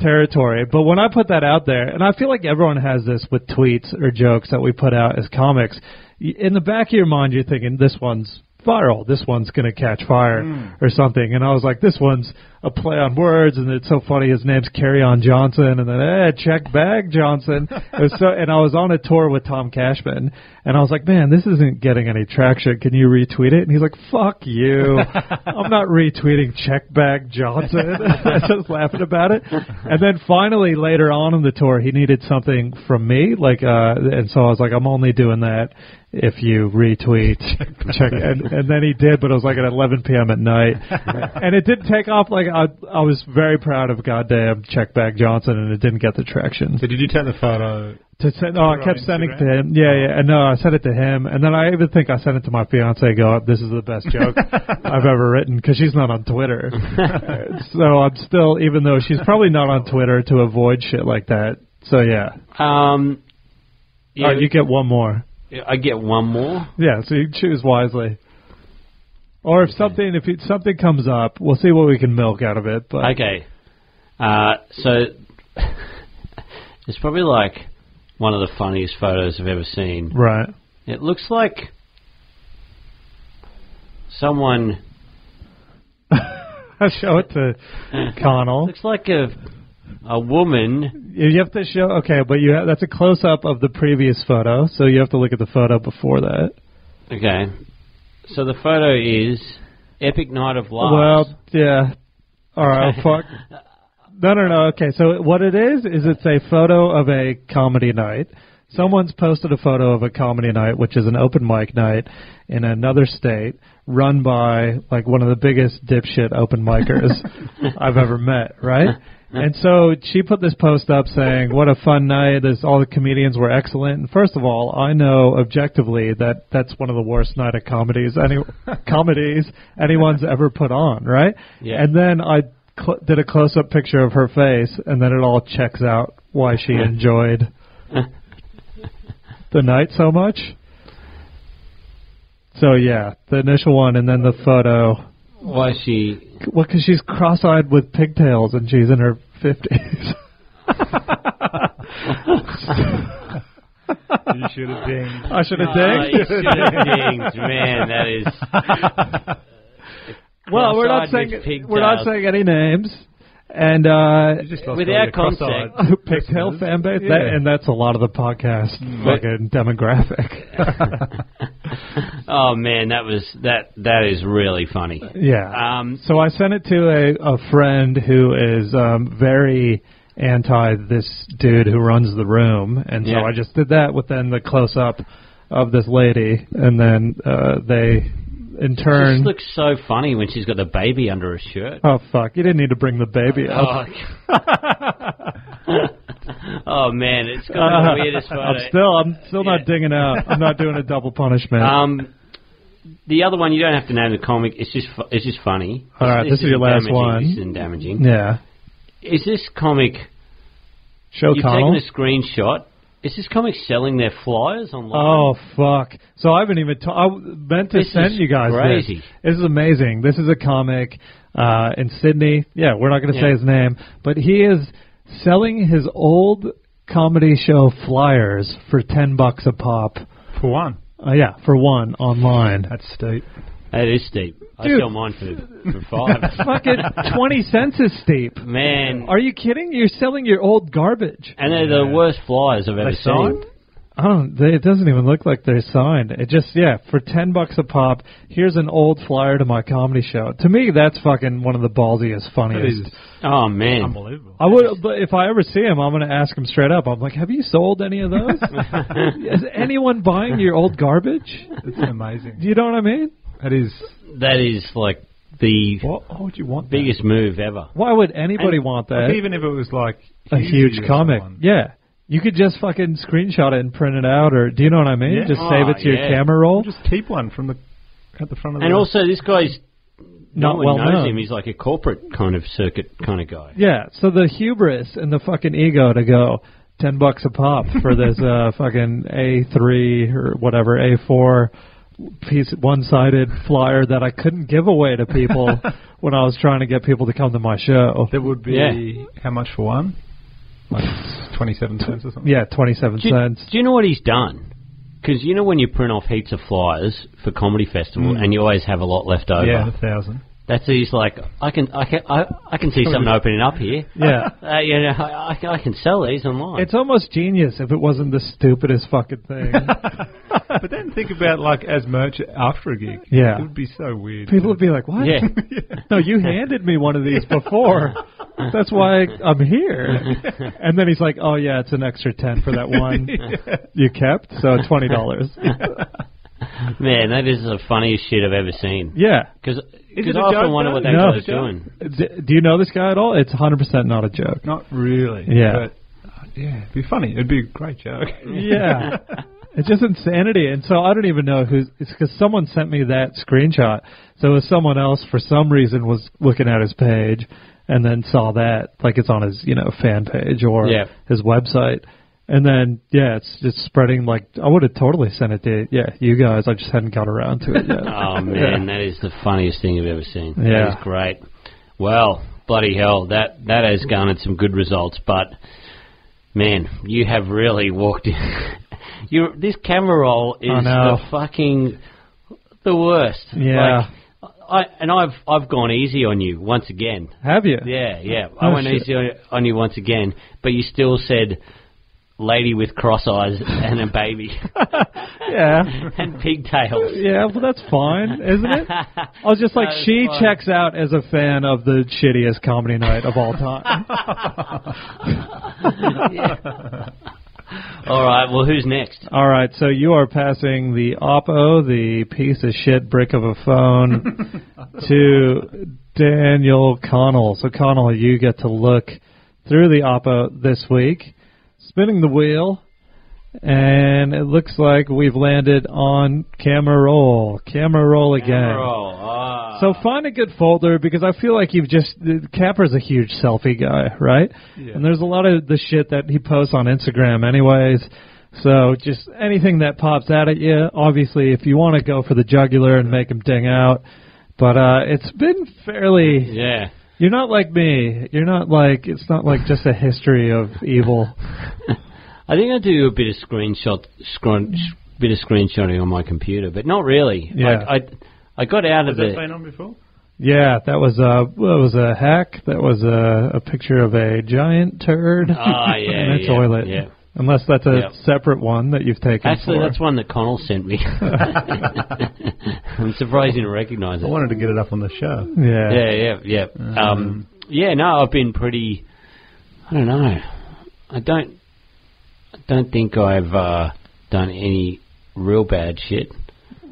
Speaker 1: territory. But when I put that out there, and I feel like everyone has this with tweets or jokes that we put out as comics, y- in the back of your mind, you're thinking this one's viral, this one's going to catch fire or something. And I was like, this one's a play on words, and it's so funny. His name's Carry On Johnson, and then eh, check bag Johnson. [LAUGHS] It was so, and I was on a tour with Tom Cashman, and I was like, man, this isn't getting any traction. Can you retweet it? And he's like, fuck you, I'm not retweeting check bag Johnson. [LAUGHS] I was just laughing about it. And then finally later on in the tour, he needed something from me, like, uh, and so I was like, I'm only doing that if you retweet check and, and then he did but it was like at 11 p.m at night and it didn't take off like i i was very proud of goddamn check bag johnson and it didn't get the traction
Speaker 4: So did you take the photo?
Speaker 1: to send oh i
Speaker 4: it
Speaker 1: kept
Speaker 4: on
Speaker 1: sending it to
Speaker 4: Instagram? Oh.
Speaker 1: him yeah yeah and no i sent it to him and then i even think i sent it to my fiance go this is the best
Speaker 4: [LAUGHS]
Speaker 1: joke i've ever written because she's not on twitter so i'm still even though she's probably not on twitter to avoid shit like that so yeah,
Speaker 3: Um, yeah,
Speaker 1: All right, you get one more
Speaker 3: I get one more.
Speaker 1: Yeah, so you choose wisely. Or if something if it, something comes up, we'll see what we can milk out of it. But
Speaker 3: Okay. Uh, so [LAUGHS] it's probably like one of the funniest photos I've ever seen.
Speaker 1: right,
Speaker 3: It looks like someone
Speaker 4: [LAUGHS]
Speaker 1: I'll show it to Connell.
Speaker 3: looks like a a woman.
Speaker 1: You have to show okay, but you have, that's a close up of the previous photo, so you have to look at the photo before that.
Speaker 3: Okay. So the photo is Epic Night of Laughs.
Speaker 1: Well, yeah. All right, fuck. No, no, no. Okay, so what it is is it's a photo of a comedy night. Someone's posted a photo of a comedy night, which is an open mic night in another state, run by like one of the biggest dipshit open micers I've ever met, right? And so she put this post up saying, "What a fun night! This, all the comedians were excellent." And first of all, I know objectively that that's one of the worst night of comedies any comedies anyone's ever put on, right?
Speaker 3: Yeah.
Speaker 1: And then I cl- did a close up picture of her face, and then it all checks out why she enjoyed the night so much. So yeah, the initial one, and then the photo.
Speaker 3: Why is she?
Speaker 1: Well, because she's cross-eyed with pigtails and she's in her fifties.
Speaker 4: You should have
Speaker 1: [LAUGHS]
Speaker 4: dinged.
Speaker 1: I should have
Speaker 3: Oh, you
Speaker 1: digged.
Speaker 3: should
Speaker 1: [LAUGHS]
Speaker 3: have dinged, man. That is.
Speaker 1: Well, we're
Speaker 3: Cross-eyed
Speaker 1: not saying
Speaker 3: with pigtails.
Speaker 1: we're not saying any names, and uh,
Speaker 4: You just lost
Speaker 3: Without
Speaker 4: all your cross-eyed.
Speaker 3: context.
Speaker 1: [LAUGHS] pigtail
Speaker 4: Listeners.
Speaker 1: fan base,
Speaker 4: Yeah.
Speaker 1: that, and that's a lot of the podcast
Speaker 3: Mm.
Speaker 1: fucking demographic.
Speaker 3: Oh man, that was that. That is really funny.
Speaker 1: yeah.
Speaker 3: Um,
Speaker 1: so I sent it to a, a friend who is um, very anti this dude who runs the room, and so
Speaker 3: Yeah.
Speaker 1: I just did that with then the close up of this lady, and then uh, they in
Speaker 3: This
Speaker 1: turn.
Speaker 3: looks so funny when she's got the baby under her shirt.
Speaker 1: Oh fuck! You didn't need to bring the baby up.
Speaker 3: [LAUGHS] Oh, [LAUGHS] oh man, it's got the weirdest photo.
Speaker 1: [LAUGHS] I'm still, I'm still
Speaker 3: Yeah.
Speaker 1: not digging out. I'm not doing a double
Speaker 3: [LAUGHS]
Speaker 1: punishment.
Speaker 3: Um, the other one you don't have to name the comic. It's just fu- it's just funny.
Speaker 1: All right, this is your last
Speaker 3: damaging.
Speaker 1: one.
Speaker 3: This isn't damaging.
Speaker 1: yeah,
Speaker 3: Is this comic?
Speaker 1: show
Speaker 3: you've
Speaker 1: Connell.
Speaker 3: taken a screenshot. Is this comic selling their flyers online?
Speaker 1: Oh fuck! So I haven't even. Ta- I w- meant to
Speaker 3: This is
Speaker 1: send you guys
Speaker 3: crazy.
Speaker 1: this. This is amazing. This is a comic uh, in Sydney. Yeah, we're not going to say
Speaker 3: Yeah.
Speaker 1: his name, but he is selling his old comedy show flyers for ten bucks a pop.
Speaker 4: For one.
Speaker 1: Uh, yeah, for one online.
Speaker 4: That's steep.
Speaker 3: that is steep. I
Speaker 1: Dude.
Speaker 3: sell mine for, for
Speaker 1: [LAUGHS]
Speaker 3: five.
Speaker 1: Fucking twenty cents is
Speaker 3: [LAUGHS]
Speaker 1: steep.
Speaker 3: Man,
Speaker 1: Are you kidding? You're selling your old garbage.
Speaker 3: and they're the worst flyers I've ever
Speaker 4: They
Speaker 3: seen.
Speaker 4: signed?
Speaker 1: I don't. They, it doesn't even look like they're signed. It just yeah, for ten bucks a pop. Here's an old flyer to my comedy show. To me, that's fucking one of the ballsiest,
Speaker 4: That
Speaker 1: funniest.
Speaker 4: is
Speaker 3: Oh man,
Speaker 4: unbelievable.
Speaker 1: I would, but if I ever see him, I'm gonna ask him straight up. I'm like, have you sold any of
Speaker 4: [LAUGHS]
Speaker 1: those? is anyone buying your old garbage?
Speaker 4: It's amazing.
Speaker 1: You know what I mean?
Speaker 4: That is.
Speaker 3: that is like the
Speaker 4: What, what would you want? that?
Speaker 3: biggest move ever.
Speaker 1: Why would anybody want that?
Speaker 4: Like, even if it was like
Speaker 1: a huge
Speaker 4: Hughes or
Speaker 1: comic.
Speaker 4: someone.
Speaker 1: Yeah. You could just fucking screenshot it and print it out, or do you know what I mean?
Speaker 4: Yeah.
Speaker 1: Just
Speaker 3: Oh,
Speaker 1: save it to
Speaker 3: yeah.
Speaker 1: your camera roll.
Speaker 4: Just keep one from the at the front of
Speaker 3: And
Speaker 4: the.
Speaker 3: also, this guy's
Speaker 1: Not
Speaker 3: no one
Speaker 1: well
Speaker 3: knows
Speaker 1: known.
Speaker 3: him. He's like a corporate kind of circuit kind of guy.
Speaker 1: Yeah, so the hubris and the fucking ego to go ten bucks a pop for this uh, fucking A three or whatever A four piece one sided flyer that I couldn't give away to people when I was trying to get people to come to my show.
Speaker 4: there would be
Speaker 3: Yeah.
Speaker 4: how much for one? Like twenty-seven cents or something.
Speaker 1: Yeah, twenty seven
Speaker 3: Do you,
Speaker 1: cents.
Speaker 3: do you know what he's done? Because you know when you print off heaps of flyers for comedy festival,
Speaker 1: Mm.
Speaker 3: and you always have a lot left over.
Speaker 4: Yeah, a thousand.
Speaker 3: That's he's like, I can, I can, I, I can
Speaker 1: [LAUGHS]
Speaker 3: see something opening up here.
Speaker 1: Yeah.
Speaker 3: Uh, you know, I, I- I can sell these online.
Speaker 1: It's almost genius if it wasn't the stupidest fucking thing.
Speaker 4: But then think about like as merch after a gig.
Speaker 1: Yeah.
Speaker 4: it would be so weird.
Speaker 1: People would be like, "What? [LAUGHS]
Speaker 3: yeah,
Speaker 1: No, you handed me one of
Speaker 3: [LAUGHS]
Speaker 1: these before. That's why I'm here. And then he's like, "Oh yeah, it's an extra ten for
Speaker 3: [LAUGHS]
Speaker 1: that one you kept, so twenty dollars."
Speaker 3: man, that is the funniest shit I've ever seen.
Speaker 1: yeah.
Speaker 3: Because
Speaker 4: it
Speaker 3: I
Speaker 4: a
Speaker 3: often
Speaker 4: joke,
Speaker 3: wonder
Speaker 4: though?
Speaker 3: what that
Speaker 1: No.
Speaker 3: guy's doing.
Speaker 1: D- do you know this guy at all? It's 100 percent not a joke.
Speaker 4: Not really.
Speaker 1: Yeah.
Speaker 4: But, uh, yeah, it'd be funny. It'd be a great joke.
Speaker 1: Yeah. [LAUGHS] It's just insanity, and so I don't even know who's. It's because someone sent me that screenshot. So it was someone else for some reason was looking at his page, and then saw that like it's on his you know fan page or
Speaker 3: Yeah.
Speaker 1: his website, and then yeah, it's just spreading. Like I would have totally sent it to yeah you guys. I just hadn't got around to it
Speaker 3: [LAUGHS]
Speaker 1: yet. [LAUGHS]
Speaker 3: Oh man, that is the funniest thing I've ever seen. That
Speaker 1: Yeah.
Speaker 3: is great. Well, bloody hell, that that has garnered some good results, but man, you have really walked in. [LAUGHS] you this camera roll is
Speaker 1: I know.
Speaker 3: the fucking the worst.
Speaker 1: Yeah.
Speaker 3: Like, I, and I've I've gone easy on you once again.
Speaker 1: Have you?
Speaker 3: Yeah, yeah. I
Speaker 1: Oh,
Speaker 3: went
Speaker 1: shit.
Speaker 3: easy on, on you once again, but you still said lady with cross eyes and a
Speaker 1: [LAUGHS]
Speaker 3: baby [LAUGHS]
Speaker 1: Yeah.
Speaker 3: and pigtails.
Speaker 1: Yeah, well, that's fine, isn't
Speaker 3: [LAUGHS]
Speaker 1: it? I was just like,
Speaker 3: That is
Speaker 1: she
Speaker 3: fine.
Speaker 1: checks out as a fan of the shittiest comedy night of
Speaker 3: [LAUGHS]
Speaker 1: all time.
Speaker 3: All right. Well, who's next?
Speaker 1: all right, so you are passing the Oppo, the piece of shit brick of a phone, to Daniel Connell. So, Connell, you get to look through the Oppo this week, spinning the wheel, and it looks like we've landed on camera roll. Camera roll again.
Speaker 3: Roll. Ah.
Speaker 1: So find a good folder because I feel like you've just uh, Capper's a huge selfie guy, right? And there's a lot of the shit that he posts on Instagram, anyways. So just anything that pops out at you. Obviously, if you want to go for the jugular and make him ding out, but uh it's been fairly.
Speaker 3: yeah.
Speaker 1: You're not like me. You're not like it's not like just a history of evil.
Speaker 3: I think I do a bit of screenshot, scrun, sh- bit of screenshotting on my computer, but not really.
Speaker 1: Yeah.
Speaker 3: Like I, I got out of
Speaker 4: Has that
Speaker 3: the.
Speaker 4: been on before?
Speaker 1: Yeah, that was a that was a hack. That was a, a picture of a giant turd
Speaker 3: [LAUGHS] Ah, yeah,
Speaker 1: [LAUGHS] in a
Speaker 3: yeah,
Speaker 1: toilet.
Speaker 3: yeah.
Speaker 1: Unless that's a
Speaker 3: Yeah.
Speaker 1: separate one that you've taken.
Speaker 3: Actually,
Speaker 1: for.
Speaker 3: that's one that Connell sent me. [LAUGHS] I'm surprised you didn't recognise
Speaker 4: I
Speaker 3: it.
Speaker 4: [LAUGHS] wanted to get it up on the show.
Speaker 1: yeah.
Speaker 3: Yeah, yeah, yeah. Um, yeah, no, I've been pretty. I don't know. I don't. I don't think I've uh, done any real bad shit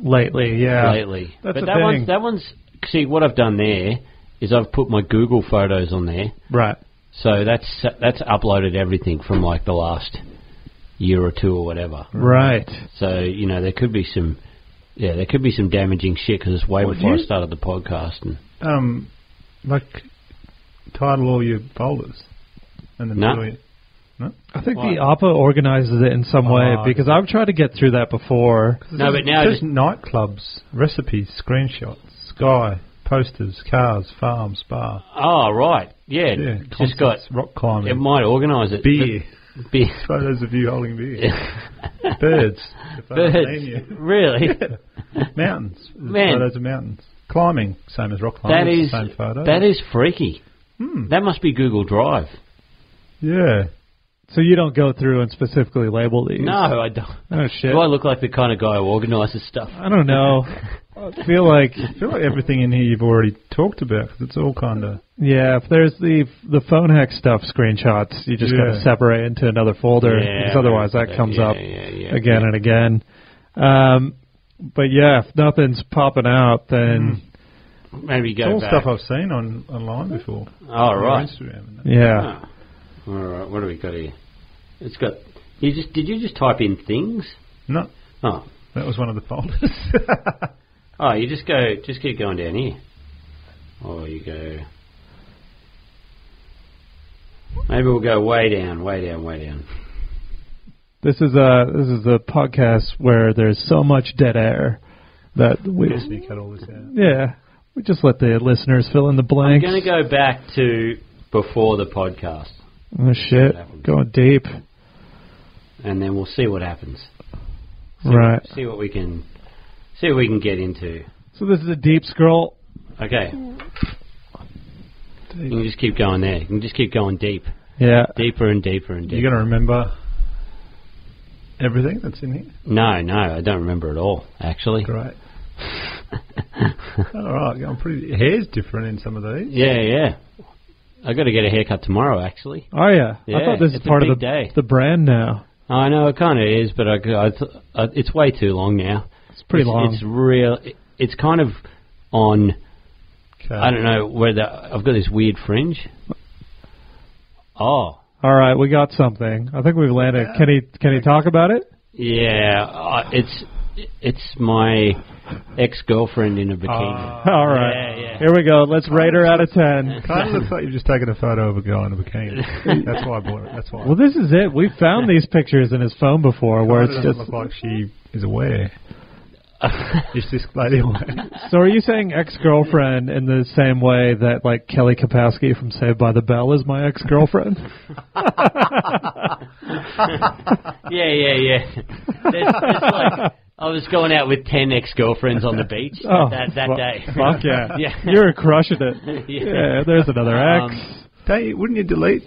Speaker 1: Lately, yeah.
Speaker 3: lately.
Speaker 1: That's
Speaker 3: but
Speaker 1: the
Speaker 3: that
Speaker 1: thing.
Speaker 3: one's that one's. See, what I've done there is I've put my Google photos on there.
Speaker 1: Right.
Speaker 3: So that's that's uploaded everything from like the last year or two or whatever.
Speaker 1: Right.
Speaker 3: So you know there could be some, yeah, there could be some damaging shit because it's way
Speaker 4: Well,
Speaker 3: before
Speaker 4: you-
Speaker 3: I started the podcast. And
Speaker 4: Um, like, title all your folders, and then
Speaker 3: No.
Speaker 4: do it.
Speaker 1: I think
Speaker 3: Why?
Speaker 1: the APA organizes it in some way
Speaker 4: Oh,
Speaker 1: because I've tried to get through that before.
Speaker 3: No, but now
Speaker 4: it says
Speaker 3: just-
Speaker 4: nightclubs, recipes, screenshots, sky, posters, cars, farms, bar,
Speaker 3: oh right, yeah,
Speaker 4: yeah,
Speaker 3: just got
Speaker 4: concerts, rock
Speaker 3: it
Speaker 4: climbing,
Speaker 3: might organise it.
Speaker 4: beer,
Speaker 3: but- [LAUGHS] beer,
Speaker 4: photos of you holding
Speaker 3: [LAUGHS]
Speaker 4: beer, birds, if I haven't seen
Speaker 3: birds,
Speaker 4: you.
Speaker 3: [LAUGHS]
Speaker 4: [LAUGHS]
Speaker 3: really?
Speaker 4: mountains,
Speaker 3: Man.
Speaker 4: photos of mountains, climbing, same as rock
Speaker 3: That is
Speaker 4: climbing, it's the same photo.
Speaker 3: that is freaky.
Speaker 4: Hmm.
Speaker 3: That must be Google Drive.
Speaker 4: yeah.
Speaker 1: So you don't go through and specifically label these.
Speaker 3: No, I don't.
Speaker 1: Oh shit.
Speaker 3: Do I look like the kind of guy who organises stuff?
Speaker 1: I
Speaker 3: [LAUGHS]
Speaker 1: don't know. I feel like
Speaker 4: I feel like everything in here you've already talked about 'cause it's all kind of
Speaker 1: yeah, if there's the the phone hack stuff screenshots, you just got to
Speaker 4: Yeah.
Speaker 1: separate into another folder
Speaker 3: Yeah,
Speaker 1: because otherwise that comes
Speaker 3: yeah,
Speaker 1: up
Speaker 3: yeah, yeah,
Speaker 1: again and again. Um, but yeah, if nothing's popping out, then
Speaker 3: Maybe go
Speaker 4: it's all
Speaker 3: back.
Speaker 4: stuff I've seen on online before.
Speaker 3: oh
Speaker 4: on
Speaker 3: right. Ah.
Speaker 4: Instagram. and that.
Speaker 1: yeah.
Speaker 3: All right, what do we got here? It's got. You just did you just type in things?
Speaker 4: No,
Speaker 3: Oh,
Speaker 4: that was one of the folders.
Speaker 3: oh, you just go, just keep going down here. Or you go. Maybe we'll go way down, way down, way down.
Speaker 1: This is a this is a podcast where there's so much dead air that we
Speaker 4: Disney cut all this out.
Speaker 1: yeah we just let the listeners fill in the
Speaker 3: I'm
Speaker 1: blanks.
Speaker 3: going to go back to before the podcast,
Speaker 1: Oh shit,
Speaker 3: That one.
Speaker 1: going deep.
Speaker 3: and then we'll see what happens.
Speaker 1: Right.
Speaker 3: See what we can, see what we can get into.
Speaker 1: So this is a deep scroll.
Speaker 3: Okay. You can just keep going there. You can just keep going deep,
Speaker 1: Yeah.
Speaker 3: deeper and deeper and
Speaker 4: You're
Speaker 3: deeper.
Speaker 4: going to remember everything that's in here.
Speaker 3: No, no, I don't remember at all. Actually.
Speaker 4: Great. all right, I'm pretty. your Hair's different in some of these.
Speaker 3: Yeah, yeah. I got to get a haircut tomorrow, actually.
Speaker 1: Oh yeah. I
Speaker 3: Yeah,
Speaker 1: thought this is
Speaker 3: it's a
Speaker 1: part of
Speaker 3: big
Speaker 1: the
Speaker 3: day.
Speaker 1: the brand now.
Speaker 3: I know it kind of is, but I, I th- I, it's way too long now.
Speaker 1: It's pretty
Speaker 3: it's,
Speaker 1: long.
Speaker 3: It's real. It, it's kind of on.
Speaker 4: Okay.
Speaker 3: I don't know whether I've got this weird fringe. Oh,
Speaker 1: All right, we got something. I think we've landed. Can he can he talk about it?
Speaker 3: yeah. Uh, it's it's my ex girlfriend in a bikini.
Speaker 1: All right.
Speaker 3: Oh, yeah, yeah.
Speaker 1: Here we go. Let's rate her out of ten.
Speaker 4: Kind of [LAUGHS] looks like you've just taken a photo of a guy in a bikini. that's why I bought it. That's why.
Speaker 1: Well, this is it. We've found these pictures in his phone before, where
Speaker 4: Why
Speaker 1: it's
Speaker 4: does
Speaker 1: just
Speaker 4: it look like she is aware. is this lady aware?
Speaker 1: So are you saying ex-girlfriend in the same way that like Kelly Kapowski from Saved by the Bell is my
Speaker 3: [LAUGHS]
Speaker 1: ex-girlfriend?
Speaker 3: yeah, yeah, yeah. There's, there's like I was going out with ten ex-girlfriends on the beach
Speaker 1: Oh,
Speaker 3: that that
Speaker 1: fu-
Speaker 3: day.
Speaker 1: Fuck yeah.
Speaker 3: [LAUGHS] Yeah.
Speaker 1: You're crushing it.
Speaker 3: [LAUGHS] Yeah.
Speaker 1: Yeah, there's another
Speaker 3: Um,
Speaker 1: X.
Speaker 4: Don't you, wouldn't you delete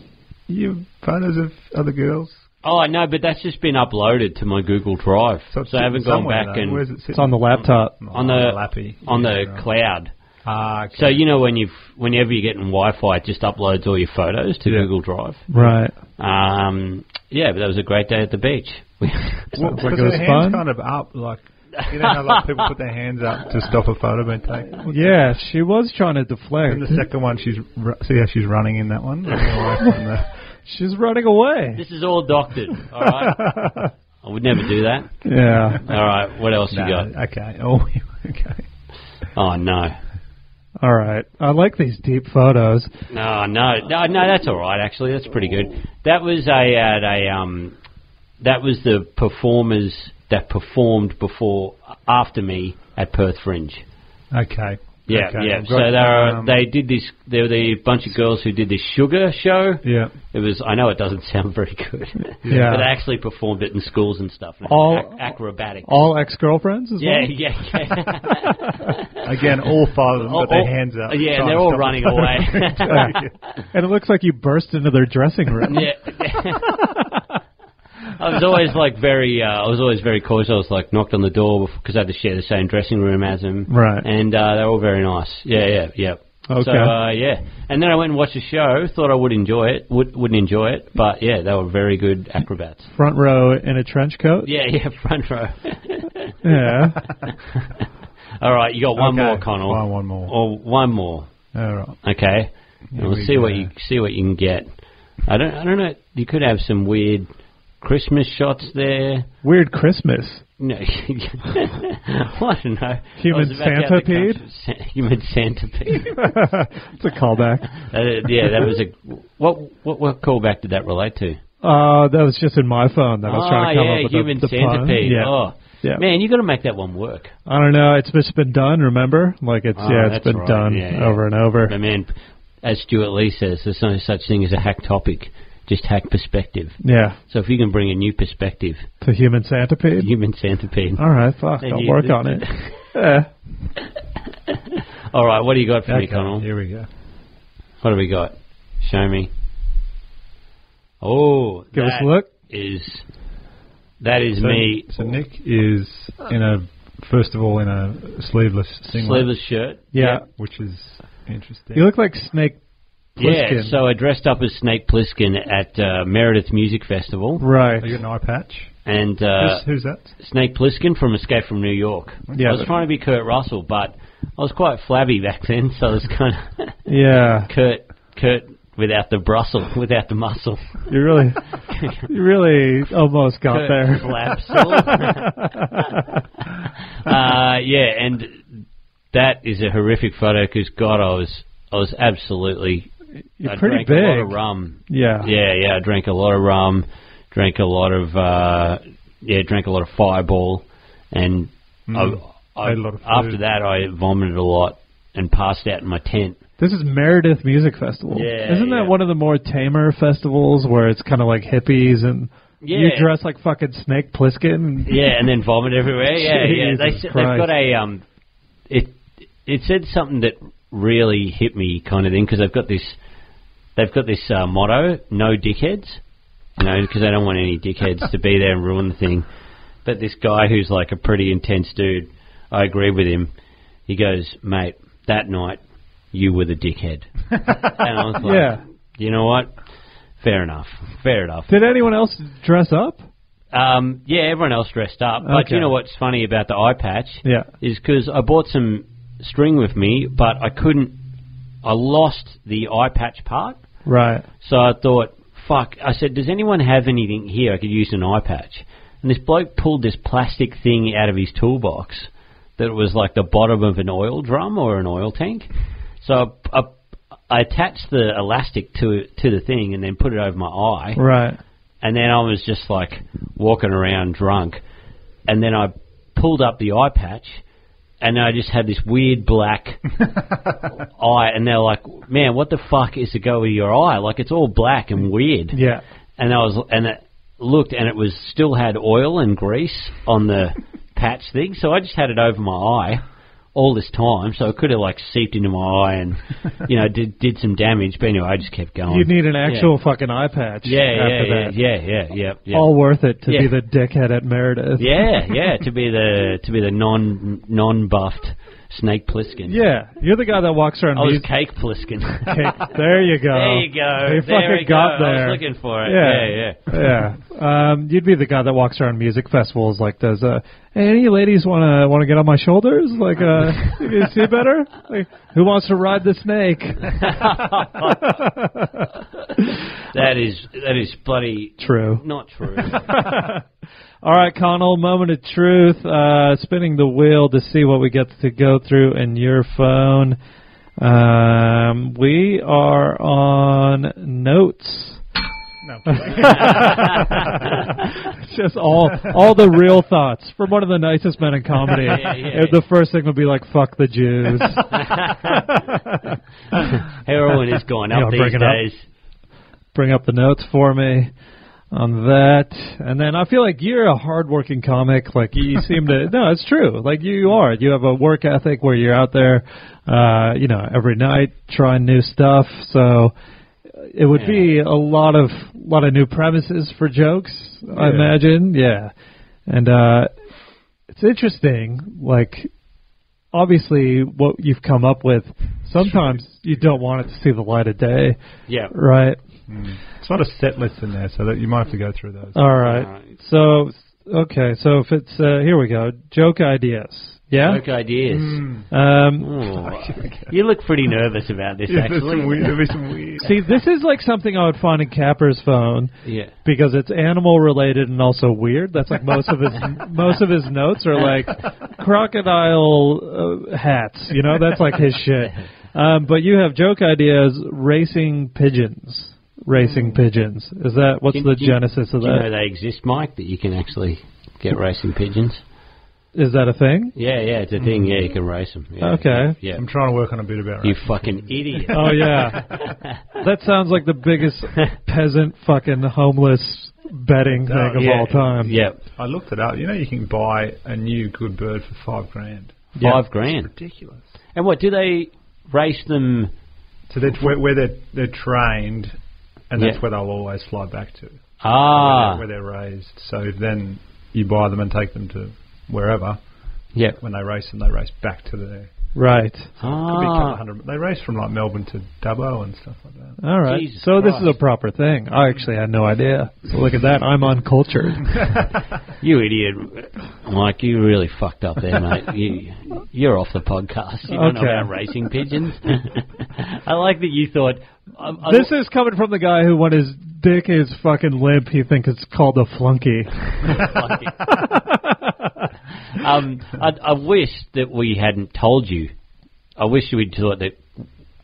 Speaker 4: your photos of other girls?
Speaker 3: Oh no, but that's just been uploaded to my Google Drive, so,
Speaker 4: sitting
Speaker 3: I haven't gone
Speaker 4: somewhere,
Speaker 3: back
Speaker 4: though.
Speaker 3: and
Speaker 4: Where's it sitting?
Speaker 1: it's on the laptop.
Speaker 4: Oh,
Speaker 3: on the
Speaker 4: lappy.
Speaker 3: on the
Speaker 4: Yeah, right.
Speaker 3: cloud.
Speaker 4: Ah, okay.
Speaker 3: So you know when you whenever you're getting Wi-Fi, it just uploads all your photos to
Speaker 4: Yeah.
Speaker 3: Google Drive.
Speaker 1: Right.
Speaker 3: Um, yeah, but that was a great day at the beach. [LAUGHS]
Speaker 4: Well,
Speaker 1: Sounds
Speaker 4: was
Speaker 1: like it
Speaker 4: their
Speaker 1: was
Speaker 4: hands
Speaker 1: fun.
Speaker 4: kind of up, like you know how like people put their hands up to stop a photo
Speaker 1: [LAUGHS]
Speaker 4: being taken.
Speaker 1: Yeah, she was trying to deflect.
Speaker 4: And the second one, she's ru- see how she's running in
Speaker 1: [LAUGHS]
Speaker 4: that one. Running away from the-
Speaker 1: She's running away.
Speaker 3: this is all doctored. All right, I would never do that.
Speaker 1: Yeah.
Speaker 3: All right, what else you got?
Speaker 4: No, okay. [LAUGHS] Oh, okay.
Speaker 3: Oh no,
Speaker 1: All right. I like these deep photos.
Speaker 3: no, no, no, no. That's all right. Actually, that's pretty good. That was a at a um, that was the performers that performed before after me at Perth Fringe.
Speaker 4: Okay.
Speaker 3: Yeah,
Speaker 4: Okay.
Speaker 3: yeah.
Speaker 4: I've
Speaker 3: So
Speaker 4: got,
Speaker 3: they are,
Speaker 4: um,
Speaker 3: they did this. There were the bunch of girls who did this sugar show.
Speaker 4: Yeah.
Speaker 3: It was. I know it doesn't [LAUGHS] sound very good.
Speaker 1: Yeah.
Speaker 3: but they actually performed it in schools and stuff. And it was
Speaker 1: All-
Speaker 3: ac- acrobatics.
Speaker 1: All ex-girlfriends as
Speaker 3: yeah,
Speaker 1: well?
Speaker 3: yeah,
Speaker 4: [LAUGHS]
Speaker 3: yeah.
Speaker 4: Again, all five of them
Speaker 3: All-
Speaker 4: got their
Speaker 3: all-
Speaker 4: hands up.
Speaker 3: yeah,
Speaker 4: trying
Speaker 3: and they're
Speaker 4: to
Speaker 3: all
Speaker 4: stop a
Speaker 3: running
Speaker 4: photo
Speaker 3: away.
Speaker 4: [LAUGHS]
Speaker 3: [LAUGHS]
Speaker 4: being taken.
Speaker 1: And it looks like you burst into their dressing room.
Speaker 3: yeah. [LAUGHS] I was always like very. Uh, I was always very cautious. I was like knocked on the door because I had to share the same dressing room as them.
Speaker 1: Right.
Speaker 3: And uh, they're all very nice. Yeah, yeah, yeah. So
Speaker 1: Okay.
Speaker 3: uh, yeah, and then I went and watched the show. Thought I would enjoy it. Would, wouldn't enjoy it, but yeah, they were very good acrobats.
Speaker 1: Front row in a trench coat.
Speaker 3: [LAUGHS] Yeah, yeah, front row.
Speaker 1: Yeah.
Speaker 3: [LAUGHS] all right, you got one
Speaker 4: Okay.
Speaker 3: more, Connell.
Speaker 4: One, one more.
Speaker 3: Or one more.
Speaker 4: All right.
Speaker 3: Okay.
Speaker 4: Here
Speaker 3: we'll
Speaker 4: we
Speaker 3: see what
Speaker 4: go.
Speaker 3: you see what you can get. I don't I don't know. You could have some weird Christmas shots there.
Speaker 1: Weird Christmas.
Speaker 3: No, [LAUGHS] I don't know.
Speaker 1: Human
Speaker 3: I was about to have to
Speaker 1: centipede?
Speaker 3: come to san- [LAUGHS] Human centipede. [LAUGHS]
Speaker 1: it's a callback.
Speaker 3: uh, yeah, that was a what what what callback did that relate to?
Speaker 1: Uh, that was just in my phone that I was
Speaker 3: Ah,
Speaker 1: trying to come
Speaker 3: yeah,
Speaker 1: up with
Speaker 3: human
Speaker 1: the, the pun.
Speaker 3: centipede.
Speaker 1: Yeah.
Speaker 3: Oh.
Speaker 1: Yeah.
Speaker 3: Man, you got to make that one work.
Speaker 1: I don't know. It's just been done. Remember, like it's
Speaker 3: Oh,
Speaker 1: yeah,
Speaker 3: that's
Speaker 1: it's been
Speaker 3: right.
Speaker 1: done
Speaker 3: Yeah, yeah.
Speaker 1: over and over.
Speaker 3: But man, as Stuart Lee says, there's no such thing as a hack topic, just hack perspective.
Speaker 1: Yeah,
Speaker 3: So if you can bring a new perspective, [LAUGHS]
Speaker 1: to human centipede.
Speaker 3: human
Speaker 1: [LAUGHS]
Speaker 3: centipede.
Speaker 1: All right, fuck.
Speaker 3: Then
Speaker 1: I'll
Speaker 3: you-
Speaker 1: work on it.
Speaker 3: [LAUGHS]
Speaker 1: yeah.
Speaker 3: All right, what do you got for me,
Speaker 4: Okay.
Speaker 3: Connell?
Speaker 4: Here we go.
Speaker 3: What do we got? Show me. Oh,
Speaker 1: Give us
Speaker 3: that
Speaker 1: a look.
Speaker 3: Is that is
Speaker 4: So,
Speaker 3: me
Speaker 4: So Nick is in a first of all in a sleeveless singlet,
Speaker 3: sleeveless shirt?
Speaker 1: Yeah.
Speaker 4: which is interesting.
Speaker 1: You look like Snake.
Speaker 3: Yeah,
Speaker 1: Plissken.
Speaker 3: so I dressed up as Snake Pliskin at uh, Meredith Music Festival,
Speaker 1: Right.
Speaker 4: Have you got an eye patch.
Speaker 3: and uh,
Speaker 4: who's, who's that?
Speaker 3: Snake Pliskin from Escape from New York.
Speaker 1: Yeah.
Speaker 3: I was trying to be Kurt Russell, but I was quite flabby back then, so I was kind of [LAUGHS]
Speaker 1: Yeah.
Speaker 3: Kurt Kurt without the brussel, [LAUGHS] without the muscle.
Speaker 1: You
Speaker 3: [LAUGHS]
Speaker 1: really, you really almost got
Speaker 3: Kurt
Speaker 1: there.
Speaker 3: Flapsel. uh, yeah, and that is a horrific photo because God, I was I was absolutely.
Speaker 1: You're
Speaker 3: I
Speaker 1: pretty
Speaker 3: drank a lot of
Speaker 1: big.
Speaker 3: rum.
Speaker 1: Yeah.
Speaker 3: Yeah, yeah, I drank a lot of rum, drank a lot of uh, yeah, drank a lot of Fireball, and I, I,
Speaker 4: Mm. Ate a lot of food.
Speaker 3: after that I vomited a lot and passed out in my tent.
Speaker 1: This is Meredith Music Festival.
Speaker 3: Yeah,
Speaker 1: Isn't that
Speaker 3: yeah.
Speaker 1: one of the more tamer festivals where it's kind of like hippies and you
Speaker 3: Yeah.
Speaker 1: dress like fucking Snake Plissken?
Speaker 3: [LAUGHS] Yeah, and then vomit everywhere. Yeah, yeah. They,
Speaker 1: Jesus
Speaker 3: said- they've
Speaker 1: Christ.
Speaker 3: got a um, it it said something that really hit me kind of thing because they've got this they've got this uh, motto: no dickheads. You know, because they don't want any dickheads to be there and ruin the thing. But this guy who's like a pretty intense dude, I agree with him. He goes, mate, that night you were the
Speaker 1: [LAUGHS]
Speaker 3: dickhead. and I was like,
Speaker 1: Yeah.
Speaker 3: you know what? Fair enough. Fair enough.
Speaker 1: Did anyone else dress up?
Speaker 3: Um, yeah, everyone else dressed up. But
Speaker 1: Okay.
Speaker 3: you know what's funny about the eye patch?
Speaker 1: Yeah.
Speaker 3: Is because I bought some string with me, but I couldn't. I lost the eye patch part,
Speaker 1: Right.
Speaker 3: so I thought, "Fuck!" I said, "Does anyone have anything here I could use an eye patch?" And this bloke pulled this plastic thing out of his toolbox that was like the bottom of an oil drum or an oil tank. So I, I, I attached the elastic to to the thing and then put it over my eye.
Speaker 1: Right.
Speaker 3: And then I was just like walking around drunk. And then I pulled up the eye patch and I just had this weird
Speaker 1: [LAUGHS]
Speaker 3: black eye. And they're like, man, what the fuck is the go with your eye? Like, it's all black and weird.
Speaker 1: Yeah. [LAUGHS]
Speaker 3: And I was, and it looked and it was still had oil and grease on the patch thing, so I just had it over my eye all this time, so it could have like seeped into my eye and you know did did some damage. But anyway, I just kept going.
Speaker 1: You'd need an actual fucking eye patch
Speaker 3: Um, yeah, yeah, yeah,
Speaker 1: after that. Oh,
Speaker 3: yeah, yeah, yeah, yeah.
Speaker 1: All worth it to
Speaker 3: Yeah.
Speaker 1: be the dickhead at Meredith.
Speaker 3: yeah, yeah, to be the to be the non non buffed Snake Pliskin.
Speaker 1: Yeah, you're the guy that walks around.
Speaker 3: I was [LAUGHS]
Speaker 1: music-
Speaker 3: Cake Pliskin.
Speaker 1: Cake. [LAUGHS] There you go.
Speaker 3: [LAUGHS] There you go. there
Speaker 1: You fucking
Speaker 3: we go.
Speaker 1: got there.
Speaker 3: I was looking for it. yeah. yeah.
Speaker 1: yeah, yeah. Um, you'd be the guy that walks around music festivals like does. Uh, hey, any ladies want to want to get on my shoulders? Like, uh,
Speaker 3: [LAUGHS]
Speaker 1: you can see better. Like, who wants to ride the snake?
Speaker 3: That is that is bloody
Speaker 1: True.
Speaker 3: not [LAUGHS]
Speaker 1: [LAUGHS]
Speaker 3: true. [LAUGHS]
Speaker 1: All right, Connell. Moment of truth. Uh, spinning the wheel to see what we get to go through in your phone. Um, we are on notes. [LAUGHS] just all all the real thoughts from one of the nicest men in comedy.
Speaker 3: [LAUGHS] Yeah, yeah,
Speaker 1: And the first thing would be like, "Fuck the Jews."
Speaker 3: Heroin is going
Speaker 1: Yeah,
Speaker 3: up
Speaker 1: bring
Speaker 3: these
Speaker 1: it up.
Speaker 3: days.
Speaker 1: Bring up the notes for me on that, and then I feel like you're a hardworking comic. Like you seem to. No, it's true. Like you, you are. You have a work ethic where you're out there, uh, you know, every night trying new stuff. So. It would be a lot of lot of new premises for jokes, I imagine. Yeah, and uh, it's interesting. Like, obviously, what you've come up with, sometimes you don't want it to see the light of day,
Speaker 3: Yeah.
Speaker 1: right?
Speaker 4: [LAUGHS] It's not a set list in there, so that you might have to go through [LAUGHS] those.
Speaker 1: All right. So, okay. So if it's uh, here we go. Joke ideas. Yeah.
Speaker 3: Joke ideas.
Speaker 1: Um,
Speaker 3: Oh, you look pretty nervous about this,
Speaker 4: Yeah, there's
Speaker 3: actually.
Speaker 4: some weird. There'll be some weird.
Speaker 1: see, this is like something I would find in Capper's phone.
Speaker 3: Yeah.
Speaker 1: because it's animal related and also weird. That's like most of his [LAUGHS] most of his notes are like crocodile uh, hats. You know, that's like his shit. Um, but you have joke ideas. Racing pigeons. Racing pigeons. Is that what's
Speaker 3: Do-
Speaker 1: the
Speaker 3: do Mm. you-
Speaker 1: genesis of
Speaker 3: Do you know
Speaker 1: that?
Speaker 3: they exist, Mike? That you can actually get racing pigeons.
Speaker 1: Is that a thing?
Speaker 3: Yeah, yeah, it's a thing. Yeah, you can race them. Yeah,
Speaker 1: Okay.
Speaker 3: Yeah.
Speaker 4: I'm trying to work on a bit about.
Speaker 3: You
Speaker 4: racism.
Speaker 3: fucking idiot.
Speaker 1: [LAUGHS]
Speaker 3: [LAUGHS]
Speaker 1: Oh yeah, that sounds like the biggest peasant fucking homeless betting thing of
Speaker 3: Oh, Yeah.
Speaker 1: all time.
Speaker 3: Yeah.
Speaker 4: I looked it up. You know, you can buy a new good bird for five grand.
Speaker 1: Yeah.
Speaker 3: Five grand.
Speaker 4: Ridiculous.
Speaker 3: And what do they race them?
Speaker 4: So that's where, where they're they're trained, and that's
Speaker 3: Yeah.
Speaker 4: where they'll always fly back to.
Speaker 3: Ah.
Speaker 4: Where, they're, where they're raised. So then you buy them and take them to wherever.
Speaker 3: Yeah.
Speaker 4: When they race them, they race back to the.
Speaker 1: Right.
Speaker 4: Could be a couple
Speaker 3: Ah.
Speaker 4: hundred. They race from like Melbourne to Dubbo and stuff like that.
Speaker 1: All right.
Speaker 3: Jesus
Speaker 1: so
Speaker 3: Christ.
Speaker 1: this is a proper thing. I actually had no idea. So look at that.
Speaker 3: [LAUGHS]
Speaker 1: I'm uncultured.
Speaker 3: You idiot, Mike! You really fucked up there, mate. You, you're off the podcast. You don't know
Speaker 1: Okay.
Speaker 3: about racing pigeons. [LAUGHS] I like that you thought. uh, I, I,
Speaker 1: this is coming from the guy who when his dick is fucking limp, he thinks it's called a flunky.
Speaker 3: [LAUGHS] um, I, I wish that we hadn't told you. I wish we'd thought that,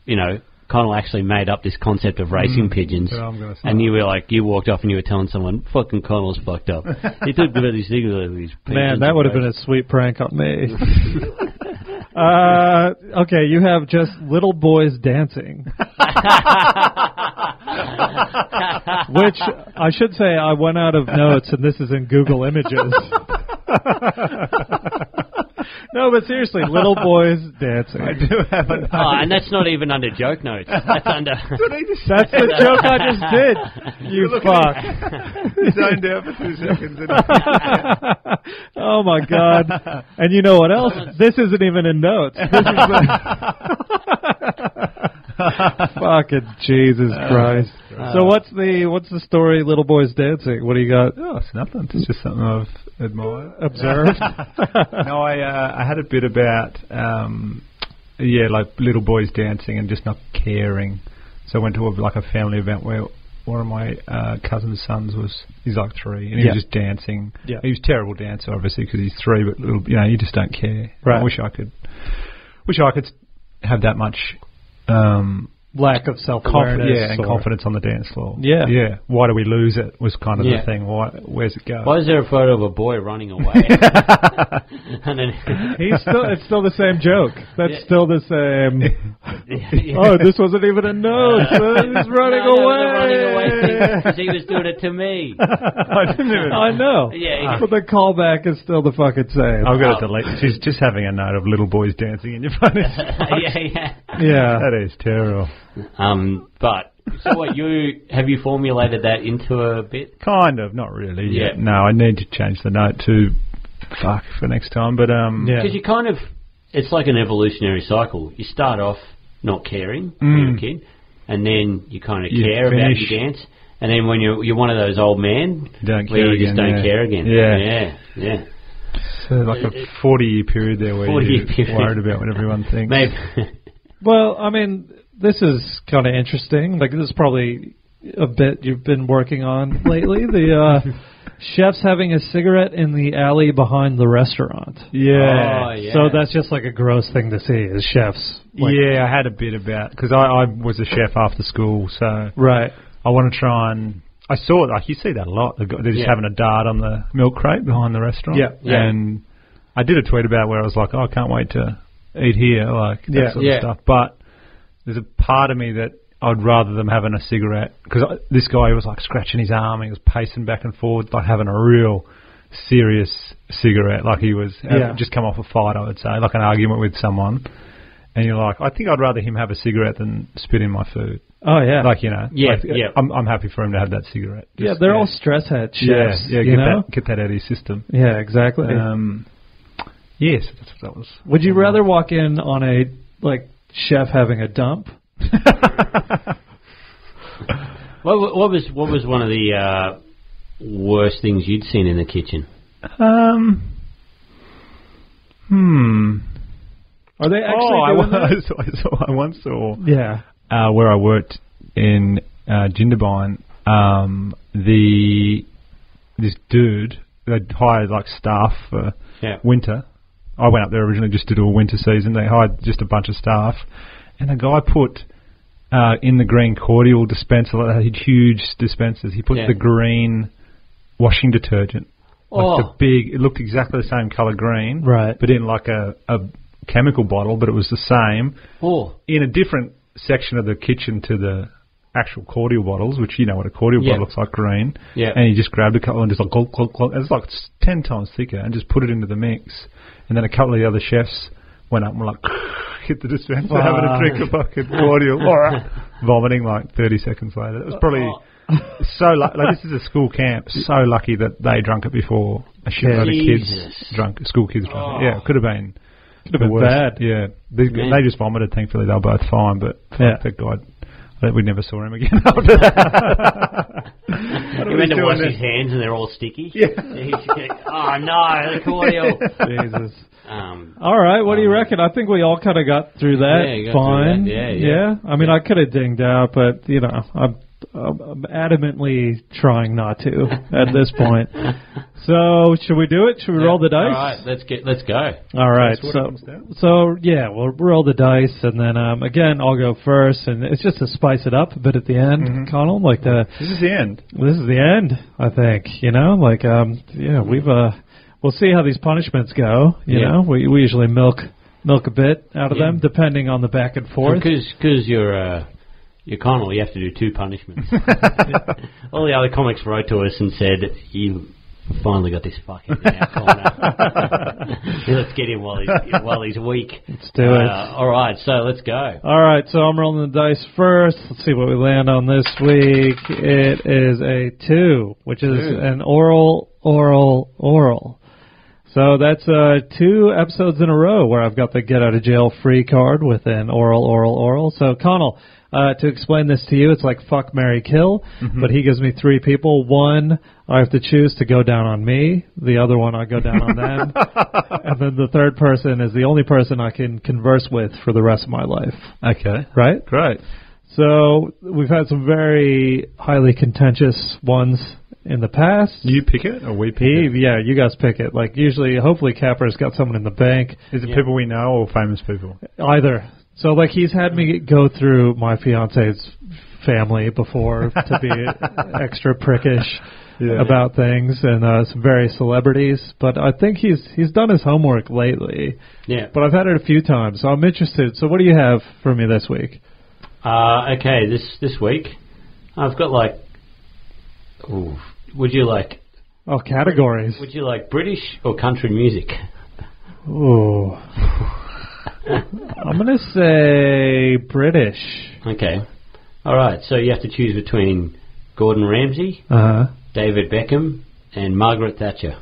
Speaker 3: you know, Connell actually made up this concept of racing
Speaker 1: Mm.
Speaker 3: pigeons.
Speaker 4: yeah, I'm gonna say
Speaker 3: and you were like, you walked off and you were telling someone, fucking Connell's fucked up. he talked about these things like these pigeons.
Speaker 1: Man, that would have been a sweet prank on me. uh, okay, you have just little boys dancing. Which I should say, I went out of notes, and this is in Google Images. no, but seriously, little boys dancing.
Speaker 4: [LAUGHS] I do have a.
Speaker 3: Oh, and that's not even under joke notes. That's under.
Speaker 1: [LAUGHS] That's the joke I just did. You fuck.
Speaker 4: zoned out for two seconds. And
Speaker 1: [LAUGHS] Oh my god. And you know what else? This isn't even in notes. This is the- [LAUGHS] Fucking Jesus Christ. So what's the what's the story little boys dancing? What do you got?
Speaker 4: oh, it's nothing. It's just something I've admired.
Speaker 1: Observed.
Speaker 4: no, I uh, I had a bit about um, yeah, like little boys dancing and just not caring. So I went to a, like a family event where one of my uh, cousin's sons was he's like three and he
Speaker 1: Yeah.
Speaker 4: was just dancing.
Speaker 1: Yeah.
Speaker 4: He was a terrible dancer obviously because he's three, but little, you know you just don't care.
Speaker 1: Right.
Speaker 4: I wish I could, wish I could have that much um,
Speaker 1: [LAUGHS] lack of self
Speaker 4: Conf-
Speaker 1: awareness.
Speaker 4: yeah, and confidence on the dance floor.
Speaker 1: Yeah.
Speaker 4: yeah. Why do we lose it? Was kind of
Speaker 3: Yeah.
Speaker 4: the thing. Why? Where's it go?
Speaker 3: Why is there a photo of a boy running
Speaker 1: [LAUGHS]
Speaker 3: away? [LAUGHS] and then,
Speaker 1: He's still, it's still the same joke. That's
Speaker 3: Yeah.
Speaker 1: still the same.
Speaker 3: [LAUGHS] Yeah.
Speaker 1: [LAUGHS] Oh, this wasn't even a note.
Speaker 3: [LAUGHS]
Speaker 1: He's running
Speaker 3: No, no,
Speaker 1: away.
Speaker 3: the running away thing, 'cause he was doing it to me.
Speaker 4: I didn't
Speaker 1: [LAUGHS]
Speaker 4: even.
Speaker 1: I know.
Speaker 3: Yeah, [LAUGHS] he-
Speaker 1: But the callback is still the fucking same.
Speaker 4: I've got to delete. She's just having a night of little boys dancing in your [LAUGHS]
Speaker 3: [LAUGHS]
Speaker 4: phone.
Speaker 3: yeah, yeah.
Speaker 1: Yeah.
Speaker 4: that is terrible.
Speaker 3: Um, but so what you have you formulated that into a bit?
Speaker 4: Kind of, not really.
Speaker 3: Yeah.
Speaker 4: yet. No, I need to change the note to fuck for next time. But um,
Speaker 1: Yeah.
Speaker 3: Because you kind of, it's like an evolutionary cycle. You start off not caring when you're a kid, and then you kind of
Speaker 4: Mm. You
Speaker 3: care about
Speaker 4: finish.
Speaker 3: your dance, and then when you're you're one of those old men
Speaker 4: Don't
Speaker 3: where
Speaker 4: care
Speaker 3: you just
Speaker 4: again,
Speaker 3: don't
Speaker 4: yeah.
Speaker 3: care again.
Speaker 4: Yeah.
Speaker 3: yeah, yeah.
Speaker 4: so like a
Speaker 3: It- it-
Speaker 4: forty-year period there where
Speaker 3: 40
Speaker 4: you're
Speaker 3: year period.
Speaker 4: worried about what everyone thinks.
Speaker 3: Maybe.
Speaker 1: Well, I mean, this is kind of interesting. Like, this is probably a bit you've been working on lately. the
Speaker 4: [LAUGHS]
Speaker 1: uh, chef's having a cigarette in the alley behind the restaurant.
Speaker 4: [LAUGHS] Yeah.
Speaker 3: Oh, yeah.
Speaker 1: So that's just like a gross thing to see is chefs. Like,
Speaker 4: yeah, I had a bit about because I, I was a chef after school, so
Speaker 1: Right.
Speaker 4: I want to try and. I saw like you see that a lot. They've got- They're just
Speaker 3: Yeah.
Speaker 4: having a dart on the milk crate behind the restaurant.
Speaker 1: Yeah.
Speaker 3: Yeah.
Speaker 4: And I did a tweet about where I was like, oh, I can't wait to eat here, like that
Speaker 1: Yeah.
Speaker 4: sort
Speaker 3: Yeah.
Speaker 4: of stuff. But there's a part of me that I'd rather them having a cigarette because this guy was like scratching his arm, he was pacing back and forward, like having a real serious cigarette, like he was uh,
Speaker 1: Yeah.
Speaker 4: just come off a fight, I would say, like an argument with someone. And you're like, I think I'd rather him have a cigarette than spit in my food.
Speaker 1: Oh, yeah.
Speaker 4: Like you know,
Speaker 3: Yeah,
Speaker 4: like,
Speaker 3: yeah.
Speaker 4: I'm, I'm happy for him to have that cigarette.
Speaker 1: yeah,
Speaker 4: Just-
Speaker 1: they're all stress head
Speaker 4: yeah,
Speaker 1: chefs.
Speaker 4: yeah.
Speaker 1: you
Speaker 4: Get
Speaker 1: know?
Speaker 4: that, get that out of your system.
Speaker 1: Yeah, exactly.
Speaker 4: Um, yes, that's what that was.
Speaker 1: Would you rather walk in on a like chef having a dump?
Speaker 3: what, wa- what was what was one of the uh, worst things you'd seen in the kitchen?
Speaker 4: Um, hmm.
Speaker 1: Are they actually
Speaker 4: oh, I,
Speaker 1: doing
Speaker 4: wa-
Speaker 1: that?
Speaker 4: [LAUGHS] I saw, I saw. I once saw
Speaker 1: Yeah.
Speaker 4: uh, where I worked in uh, Jindabyne. Um, the this dude they hired like staff for
Speaker 3: Yeah.
Speaker 4: winter. I went up there originally just to do a winter season. They hired just a bunch of staff, and the guy put uh, in the green cordial dispenser. Like they had huge dispensers. He put
Speaker 3: Yeah.
Speaker 4: the green washing detergent. Like
Speaker 3: Oh,
Speaker 4: the big, it looked exactly the same color green, [LAUGHS]
Speaker 1: Right.
Speaker 4: But in like a, a chemical bottle, but it was the same
Speaker 3: oh,
Speaker 4: in a different section of the kitchen to the actual cordial bottles, which you know what a cordial
Speaker 3: Yeah.
Speaker 4: bottle looks like, green.
Speaker 3: Yeah.
Speaker 4: And he just grabbed a couple and just like glug, glug, glug. It's like it's ten times thicker, and just put it into the mix. And then a couple of the other chefs went up and were like, [LAUGHS] hit the dispenser, having a drink of fucking
Speaker 1: [LAUGHS]
Speaker 4: cordial, All right. vomiting like thirty seconds later. It was probably.
Speaker 1: Oh.
Speaker 4: So lu- like this is a school
Speaker 1: [LAUGHS]
Speaker 4: camp. So lucky that they drunk it before a shitload of
Speaker 3: Jesus.
Speaker 4: kids drunk, school kids drunk. it. Yeah, it could have been
Speaker 1: have Oh. been
Speaker 4: the worst.
Speaker 1: bad.
Speaker 4: Yeah, they,
Speaker 3: Man.
Speaker 4: they just vomited. Thankfully, they were both fine. But fuck
Speaker 1: Yeah.
Speaker 4: that guy, I think we never saw him again [LAUGHS] after that.
Speaker 3: you meant to wash his hands and they're all sticky. [LAUGHS] Yeah. oh no, the cordial.
Speaker 1: [LAUGHS] Jesus.
Speaker 3: Um,
Speaker 1: All right, what do you reckon? I think we all kind of got through that
Speaker 3: Yeah, you got through
Speaker 1: fine.
Speaker 3: that. Yeah, yeah.
Speaker 1: I mean, I could have dinged out, but you know, I'm, I'm I'm adamantly trying not to
Speaker 3: [LAUGHS]
Speaker 1: at this point. So, should we do it? Should we roll the dice?
Speaker 3: All right, let's get let's go.
Speaker 1: All right,
Speaker 4: what it
Speaker 1: so
Speaker 4: comes down to.
Speaker 1: so yeah, we'll roll the dice, and then um, again, I'll go first, and it's just to spice it up a bit at the end,
Speaker 3: Mm-hmm.
Speaker 1: Connell. Like the
Speaker 4: This is the end.
Speaker 1: this is the end, I think. You know, like um, yeah, we've uh, we'll see how these punishments go. You
Speaker 3: Yeah.
Speaker 1: know, we we usually milk milk a bit out of
Speaker 3: Yeah.
Speaker 1: them, depending on the back and forth.
Speaker 3: Because because you're uh, you're Connell, you have to do two punishments. All the other comics wrote to us and said you finally got this fucking out, Connor. [LAUGHS] let's get him while he's while he's weak. Let's
Speaker 1: do it.
Speaker 3: all right, so let's go.
Speaker 1: All right, so I'm rolling the dice first. Let's see what we land on this week. It is a two, which is an oral, oral, oral. So that's uh, two episodes in a row where I've got the get out of jail free card with an oral, oral, oral. So Connell, uh, to explain this to you, it's like fuck, Mary kill. But he gives me three people. One I have to choose to go down on me. The other one I go down on them. and then the third person is the only person I can converse with for the rest of my life.
Speaker 4: Okay,
Speaker 1: Right?
Speaker 4: great.
Speaker 1: So we've had some very highly contentious ones in the past.
Speaker 4: You pick it, or we pick
Speaker 1: He-
Speaker 4: it.
Speaker 1: yeah, you guys pick it. Like usually, hopefully, Capper's got someone in the bank.
Speaker 4: Is it
Speaker 3: Yeah.
Speaker 4: people we know or famous people?
Speaker 1: Either So like he's had me go through my fiance's family
Speaker 4: [LAUGHS]
Speaker 1: before to be extra prickish
Speaker 4: Yeah.
Speaker 1: about things and uh, some various celebrities, but I think he's he's done his homework lately.
Speaker 3: Yeah.
Speaker 1: But I've had it a few times, so I'm interested. So what do you have for me this week?
Speaker 3: Uh, okay, this this week, I've got like, ooh, would you like
Speaker 1: Oh, categories.
Speaker 3: would you like British or country music?
Speaker 1: Ooh. Oh. [LAUGHS] I'm gonna say British.
Speaker 3: Okay, all right. So you have to choose between Gordon Ramsay,
Speaker 4: Uh-huh.
Speaker 1: Uh
Speaker 3: David Beckham, and Margaret Thatcher.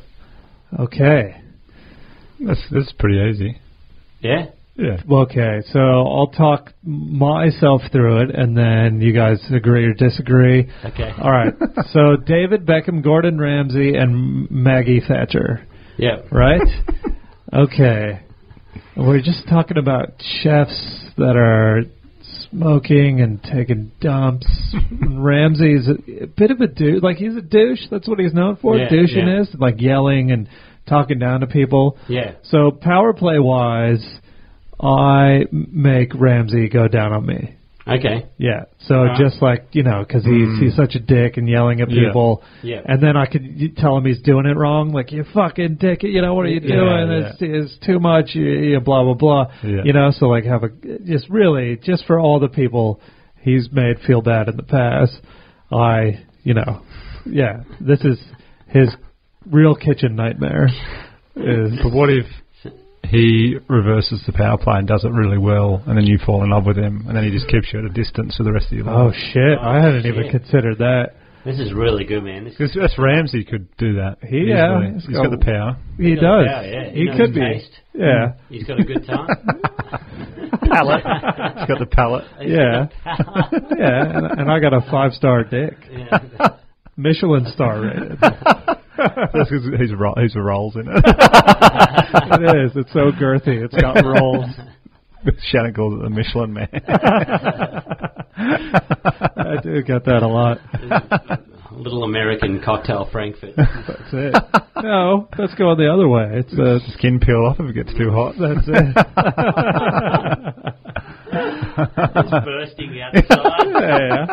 Speaker 1: huh. Okay.
Speaker 4: That's that's pretty easy.
Speaker 3: Yeah.
Speaker 4: Yeah.
Speaker 1: Okay, so I'll talk myself through it, and then you guys agree or disagree.
Speaker 3: Okay.
Speaker 1: All
Speaker 4: [LAUGHS]
Speaker 1: right. so David Beckham, Gordon Ramsay, and Maggie Thatcher,
Speaker 3: Yeah.
Speaker 1: right? [LAUGHS] okay. We're just talking about chefs that are smoking and taking
Speaker 3: [LAUGHS]
Speaker 1: dumps. Ramsay's a, a bit of a douche. Like he's a douche. That's what he's known for.
Speaker 3: Yeah,
Speaker 1: Douching
Speaker 3: yeah.
Speaker 1: is like yelling and talking down to people.
Speaker 3: Yeah.
Speaker 1: So power play wise, I make Ramsey go down on me.
Speaker 3: Okay.
Speaker 1: Yeah. So
Speaker 3: Wow.
Speaker 1: just like you know, because he's he's such a dick and yelling at
Speaker 4: Yeah.
Speaker 1: people.
Speaker 3: Uh-huh. Mm-hmm. Yeah.
Speaker 1: And then I could y- tell him he's doing it wrong. Like you fucking dick. You know what are you
Speaker 4: Yeah,
Speaker 1: doing?
Speaker 4: yeah.
Speaker 1: It's, it's too much. You, you blah blah blah.
Speaker 4: Yeah.
Speaker 1: You know. So like have a just really just for all the people he's made feel bad in the past. I you know, yeah. This is his real kitchen nightmare. Is
Speaker 4: But what if he reverses the power play and does it really well, and then you fall in love with him, and then he just keeps you at a distance for the rest of your
Speaker 1: Oh
Speaker 4: life?
Speaker 1: shit! I hadn't even
Speaker 3: shit.
Speaker 1: considered that.
Speaker 3: This is really good, man. This is
Speaker 4: Because that's Ramsey could do that.
Speaker 1: He- yeah,
Speaker 4: easily.
Speaker 1: he's
Speaker 4: he's got
Speaker 1: got-
Speaker 4: the power.
Speaker 1: He
Speaker 3: got
Speaker 1: does.
Speaker 3: the power, yeah. He
Speaker 1: He,
Speaker 3: knows
Speaker 1: could
Speaker 3: his
Speaker 1: be.
Speaker 3: taste.
Speaker 1: Yeah.
Speaker 3: he's got a good
Speaker 1: [LAUGHS]
Speaker 3: time. [LAUGHS]
Speaker 4: Pallet. he's got the pallet.
Speaker 1: Yeah. [LAUGHS] yeah. And, and I got a five star dick,
Speaker 3: yeah.
Speaker 1: Michelin star rated.
Speaker 4: That's 'cause he's ro- he's a rolls in it.
Speaker 1: it is. It's so girthy. It's
Speaker 4: [LAUGHS]
Speaker 1: got rolls.
Speaker 4: Shannon calls it the Michelin Man.
Speaker 1: I do get that a lot.
Speaker 3: Little American cocktail
Speaker 1: [LAUGHS]
Speaker 3: Frankfurt.
Speaker 1: That's it. No, let's go the other way. It's a.
Speaker 4: Skin peel off if it gets too hot.
Speaker 1: That's
Speaker 4: [LAUGHS]
Speaker 1: it.
Speaker 3: It's bursting
Speaker 4: [LAUGHS]
Speaker 3: outside.
Speaker 1: Yeah.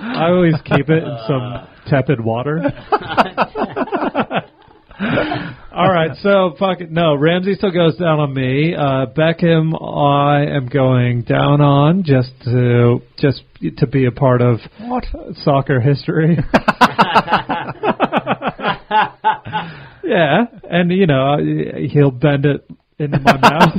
Speaker 1: I always keep it in some tepid water. All right, so fuck it. No, Ramsey still goes down on me. Uh, Beckham, I am going down on just to just to be a part of what soccer history. yeah, and you know he'll bend it into my mouth.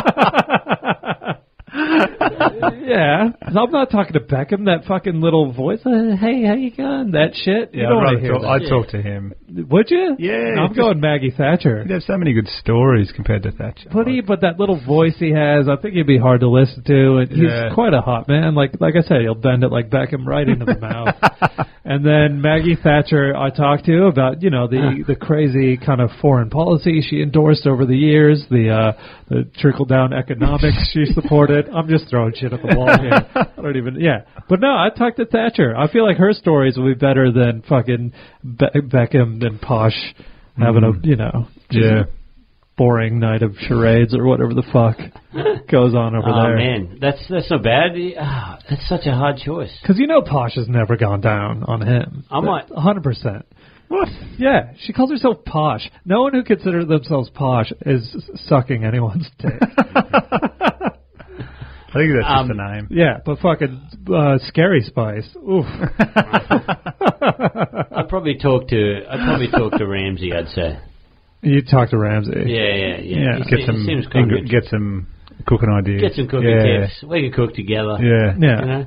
Speaker 1: [LAUGHS] yeah, I'm not talking to Beckham. That fucking little voice. uh, Hey, how you going? That shit. you
Speaker 4: I'd
Speaker 1: don't want
Speaker 4: rather
Speaker 1: to hear
Speaker 4: talk,
Speaker 1: that.
Speaker 4: I'd talk to him.
Speaker 1: Would you?
Speaker 4: Yeah,
Speaker 1: No, I'm
Speaker 4: just-
Speaker 1: going Maggie Thatcher.
Speaker 4: He'd have so many good stories compared to Thatcher.
Speaker 1: But he, but that little voice he has, I think he'd be hard to listen to. And
Speaker 4: Yeah.
Speaker 1: He's quite a hot man. Like like I said, he'll bend it like Beckham right into the mouth. And then Maggie Thatcher, I talked to about you know the the crazy kind of foreign policy she endorsed over the years, the uh, the trickle down economics she supported. I'm just throwing shit at the wall here. I don't even yeah. But no, I talked to Thatcher. I feel like her stories will be better than fucking Be- Beckham and Posh having a you know just
Speaker 4: yeah.
Speaker 1: boring night of charades or whatever the
Speaker 3: [LAUGHS]
Speaker 1: fuck goes on over
Speaker 3: Oh
Speaker 1: there.
Speaker 3: man, that's that's not bad. Ah, that's such a hard choice.
Speaker 1: Because you know Posh has never gone down on him.
Speaker 3: I might-
Speaker 1: A hundred percent. What? Yeah, she calls herself Posh. No one who considers themselves Posh is s- sucking anyone's dick.
Speaker 4: I think that's
Speaker 3: Um,
Speaker 4: just the name.
Speaker 1: yeah, but fucking uh, Scary Spice. Oof.
Speaker 3: I'd probably talk to I'd probably talk to Ramsey. I'd say.
Speaker 1: you talk to Ramsey.
Speaker 3: Yeah, yeah, yeah.
Speaker 1: Yeah.
Speaker 3: He
Speaker 4: Get
Speaker 3: se-
Speaker 4: some,
Speaker 3: seems quite
Speaker 4: ing-
Speaker 3: good.
Speaker 4: get some cooking ideas.
Speaker 3: Get some cooking
Speaker 4: yeah.
Speaker 3: tips. We can cook together.
Speaker 4: Yeah.
Speaker 1: Yeah.
Speaker 3: You know?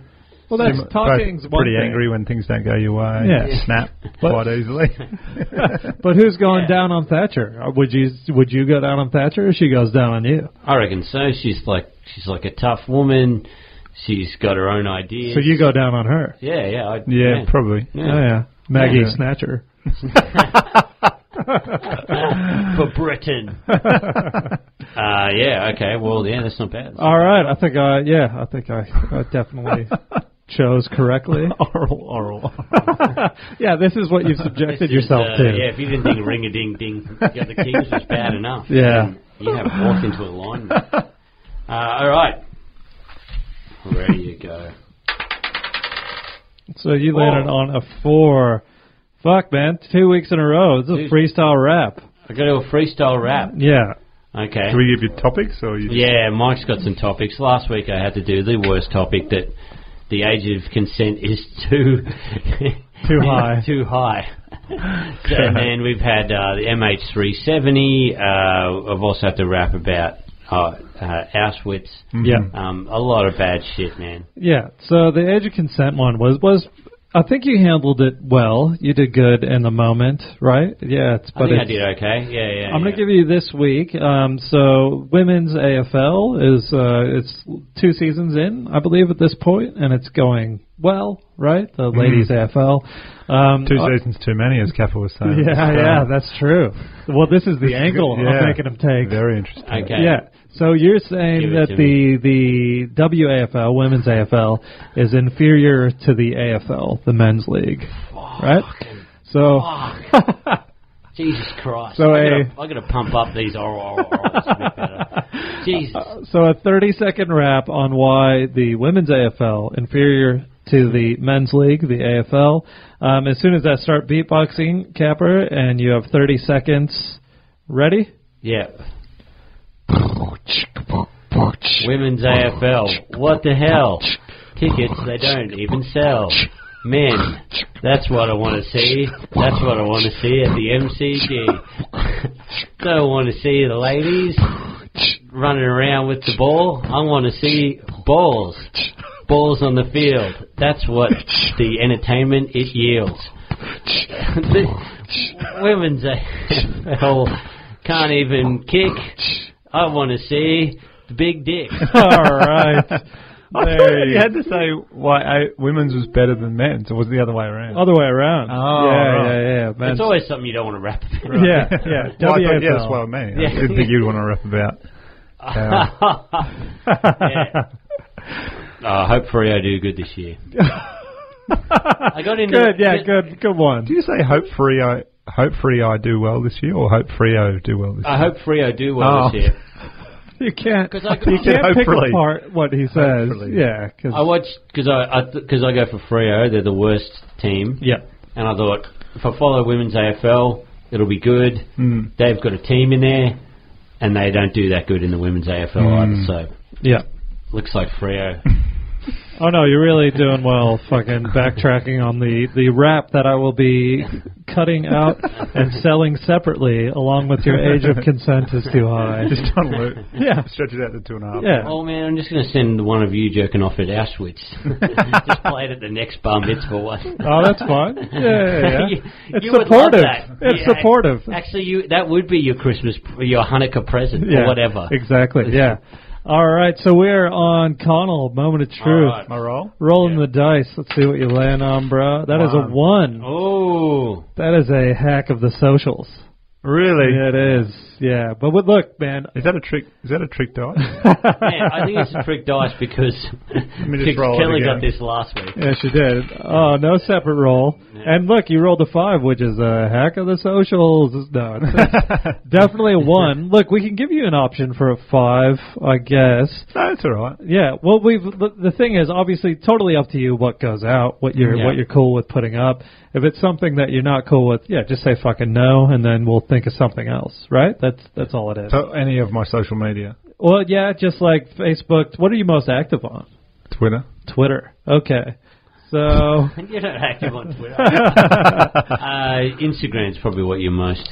Speaker 1: Well,
Speaker 4: You're
Speaker 1: that's
Speaker 4: both
Speaker 1: talking's one
Speaker 4: pretty
Speaker 1: thing.
Speaker 4: angry when things don't go your way.
Speaker 1: Yeah.
Speaker 4: You
Speaker 1: [LAUGHS]
Speaker 4: Snap quite easily.
Speaker 1: But who's going
Speaker 3: Yeah.
Speaker 1: down on Thatcher? Uh, Would you would you go down on Thatcher? or She goes down on you.
Speaker 3: I reckon so. She's like she's like a tough woman. She's got her own ideas.
Speaker 1: So you go down on her.
Speaker 3: yeah, yeah, I,
Speaker 4: yeah,
Speaker 3: yeah.
Speaker 4: probably.
Speaker 1: Oh
Speaker 3: Yeah.
Speaker 1: yeah, Maggie
Speaker 4: Yeah.
Speaker 1: Snatcher.
Speaker 3: [LAUGHS] for
Speaker 4: [LAUGHS]
Speaker 3: Britain. uh, yeah, okay. Well, yeah, that's not bad.
Speaker 1: All right, I think I yeah, I think I, I
Speaker 4: [LAUGHS]
Speaker 1: definitely chose correctly.
Speaker 4: Oral, oral.
Speaker 1: [LAUGHS] yeah, this is
Speaker 4: [LAUGHS]
Speaker 1: what you've
Speaker 3: This
Speaker 1: subjected
Speaker 3: is,
Speaker 1: yourself
Speaker 3: uh,
Speaker 1: to.
Speaker 3: Yeah, if you didn't think ring a ding ding, the other kings was bad enough.
Speaker 1: Yeah. [LAUGHS]
Speaker 3: then You have walked into a line. Uh, all right. Where you go?
Speaker 1: So you landed
Speaker 3: Whoa.
Speaker 1: on a four. Fuck, man. Two weeks in a row. It's a
Speaker 3: Dude.
Speaker 1: freestyle rap.
Speaker 3: I got to a freestyle rap.
Speaker 1: Yeah.
Speaker 3: Okay.
Speaker 4: Do we give you topics or you?
Speaker 3: Yeah, Mike's got some topics. Last week I had to do the worst topic that the age of consent is too
Speaker 1: [LAUGHS] Too high.
Speaker 3: [LAUGHS] too
Speaker 1: [LAUGHS]
Speaker 3: high. so, and then we've had uh, the MH370. Uh, I've also had to rap about uh, uh, Auschwitz.
Speaker 1: Yeah.
Speaker 3: Um, a lot of bad shit, man.
Speaker 1: Mm-hmm. Yeah. So the age of consent one was was I think you handled it well. You did good in the moment, right? Yeah. It's,
Speaker 3: I
Speaker 1: but
Speaker 3: think I
Speaker 1: it's-
Speaker 3: did okay. Yeah, yeah.
Speaker 1: I'm going
Speaker 3: yeah.
Speaker 1: to give you this week. Um, so women's AFL is uh, it's two seasons in, I believe, at this point, and it's going well, right? The ladies AFL. Um,
Speaker 4: Two
Speaker 1: uh,
Speaker 4: seasons too many, as Kappa was saying.
Speaker 1: [LAUGHS] Yeah,
Speaker 4: So- uh,
Speaker 1: yeah, that's true. Well, this is the angle
Speaker 4: Yeah.
Speaker 1: I'm making him take.
Speaker 4: Very interesting.
Speaker 3: Okay.
Speaker 1: Yeah. So you're saying
Speaker 3: Give it
Speaker 1: that
Speaker 3: to
Speaker 1: the the WAFL women's AFL is inferior to the AFL, the men's league, right? So
Speaker 3: Jesus Christ.
Speaker 1: So
Speaker 3: I
Speaker 1: a-
Speaker 3: gotta- I got to pump up these oral oral orals a bit better. Jesus.
Speaker 1: so a 30 second wrap on why the women's AFL inferior to the men's league, the AFL. Um, as soon as I start beatboxing, Capper, and you have 30 seconds.
Speaker 4: [LAUGHS]
Speaker 1: Ready?
Speaker 3: Yeah. Women's AFL. What the hell? Tickets they don't even sell. Men. That's what I want to see. That's what I want to see at the MCG. [LAUGHS] don't want to see the ladies running around with the ball. I want to see balls. Balls on the field. That's what the entertainment it yields. The women's AFL can't even kick. I want to see the big
Speaker 1: [LAUGHS]
Speaker 3: dick.
Speaker 1: All right.
Speaker 4: [LAUGHS] I
Speaker 1: There [LAUGHS]
Speaker 4: thought
Speaker 1: you-
Speaker 4: you had to say why I, women's was better than men's. It was the other way around.
Speaker 1: Other way around.
Speaker 4: Oh,
Speaker 1: yeah,
Speaker 4: right.
Speaker 1: yeah, yeah,
Speaker 3: It's
Speaker 1: Men's-
Speaker 3: always something you don't want to rap about.
Speaker 4: [LAUGHS]
Speaker 1: Yeah, yeah.
Speaker 4: Well, I thought- yeah,
Speaker 1: WAFL.
Speaker 4: that's what I mean.
Speaker 3: Yeah.
Speaker 4: I didn't think you'd want to rap about. uh,
Speaker 3: Yeah. [LAUGHS] Uh, hopefully I do good this
Speaker 1: [LAUGHS]
Speaker 3: year. I got into
Speaker 1: good, yeah,
Speaker 3: ju-
Speaker 1: good, good one.
Speaker 4: do you say hope free? I hope free. I do well this year, or hope Frio do well this
Speaker 3: I
Speaker 4: year?
Speaker 3: hope Frio do well
Speaker 4: Oh.
Speaker 3: this year.
Speaker 1: You can't,
Speaker 3: 'Cause I-
Speaker 1: you can't pick
Speaker 4: Hopefully.
Speaker 1: apart what he says.
Speaker 4: Hopefully.
Speaker 1: Uh, Yeah, 'cause-
Speaker 3: I watched because I because I, go for Frio. They're the worst team.
Speaker 1: yeah,
Speaker 3: And I thought if I follow women's AFL, it'll be good.
Speaker 1: Hmm.
Speaker 4: Mm.
Speaker 3: They've got a team in there, and they don't do that good in the women's AFL
Speaker 1: Hmm.
Speaker 4: Mm.
Speaker 3: either.
Speaker 1: yeah.
Speaker 3: So looks like
Speaker 1: [LAUGHS]
Speaker 3: Frio.
Speaker 1: Oh no, you're really doing well. Fucking backtracking on the the rap that I will be cutting out and selling separately, along with your age of consent is too high.
Speaker 4: [LAUGHS] Just on loop.
Speaker 1: Yeah.
Speaker 4: Stretch it out to two and a half.
Speaker 1: Yeah.
Speaker 3: Oh man, I'm just going to send one of you jerking off at Auschwitz. [LAUGHS] just play it at the next bar mitzvah one.
Speaker 1: [LAUGHS] Oh,
Speaker 3: [LAUGHS]
Speaker 1: that's fine. Yeah, yeah, yeah.
Speaker 3: You-
Speaker 1: it's
Speaker 3: you would love
Speaker 1: supportive.
Speaker 3: that.
Speaker 1: It's
Speaker 3: Yeah.
Speaker 1: supportive.
Speaker 3: Actually, you that would be your Christmas, your Hanukkah present,
Speaker 1: Yeah,
Speaker 3: or whatever.
Speaker 1: Exactly. Yeah. All right. So we're on Connell. Moment of truth.
Speaker 3: right.
Speaker 4: My roll.
Speaker 1: Rolling the dice. Let's see what you land on, bro. That is
Speaker 4: One.
Speaker 1: a one.
Speaker 3: Oh,
Speaker 1: That is a hack of the socials.
Speaker 4: Really?
Speaker 1: Yeah, it is. Yeah, but what, look, man.
Speaker 4: Is that
Speaker 1: [LAUGHS]
Speaker 4: a trick? Is that a trick dice?
Speaker 3: man, I think it's a trick dice because
Speaker 4: me just
Speaker 3: Fix
Speaker 4: roll it
Speaker 3: Kelly got
Speaker 4: again.
Speaker 3: this last week. [LAUGHS]
Speaker 1: Yeah, she did. Oh, no separate roll. And look, you rolled a five, which is a hack of the socials.
Speaker 4: [LAUGHS]
Speaker 1: No, it's definitely a one. Look, we can give you an option for a five, I guess.
Speaker 4: no, it's all right.
Speaker 1: Yeah. Well, we've the the thing is obviously totally up to you what goes out, what you're
Speaker 3: Yeah.
Speaker 1: what you're cool with putting up. If it's something that you're not cool with, yeah, just say fucking no, and then we'll think of something else. Right? That's that's all it is.
Speaker 4: So any of my social media,
Speaker 1: well, yeah, just like Facebook. What are you most active on?
Speaker 4: Twitter.
Speaker 1: Twitter. Okay. So
Speaker 3: You're not active on
Speaker 4: [LAUGHS]
Speaker 3: Twitter. uh, Instagram's probably what you're most.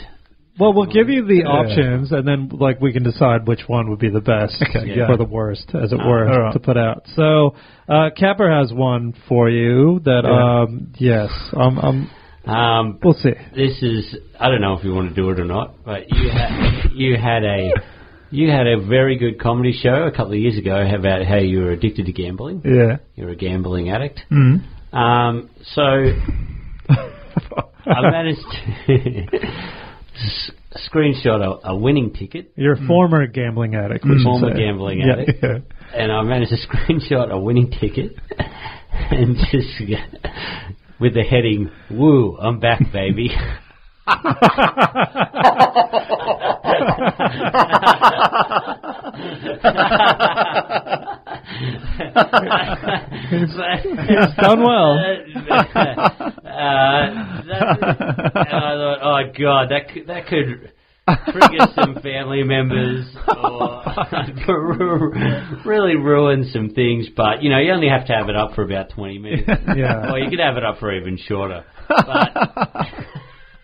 Speaker 1: well, we'll give you the options, and then like we can decide which one would be the best
Speaker 4: Okay,
Speaker 1: or
Speaker 4: yeah.
Speaker 1: the worst, as it were,
Speaker 4: all right.
Speaker 1: to put out. So uh, Capper has one for you that
Speaker 4: Yeah.
Speaker 1: um yes, um, um
Speaker 3: Um,
Speaker 1: we'll see.
Speaker 3: this is I don't know if you want to do it or not, but you had you had a you had a very good comedy show a couple of years ago about how you were addicted to gambling.
Speaker 4: Yeah.
Speaker 3: You're a gambling addict.
Speaker 4: Mm.
Speaker 3: Um,
Speaker 4: [LAUGHS]
Speaker 3: so I managed to [LAUGHS] s- screenshot a, a winning ticket,
Speaker 1: Your former gambling addict, we should
Speaker 3: former
Speaker 1: say.
Speaker 3: gambling
Speaker 1: Mm, Yeah.
Speaker 3: addict,
Speaker 4: Yeah.
Speaker 3: and I managed to [LAUGHS] screenshot a winning ticket [LAUGHS] and just [LAUGHS] with the heading "Woo, I'm back, baby." [LAUGHS] He's
Speaker 1: done well.
Speaker 3: [LAUGHS] Uh, that- and I thought, oh god, that could, that could trigger some
Speaker 4: [LAUGHS]
Speaker 3: family members or [LAUGHS] really ruin some things. But you know, you only have to have it up for about twenty minutes.
Speaker 1: Yeah.
Speaker 3: Or you could have it up for even shorter. But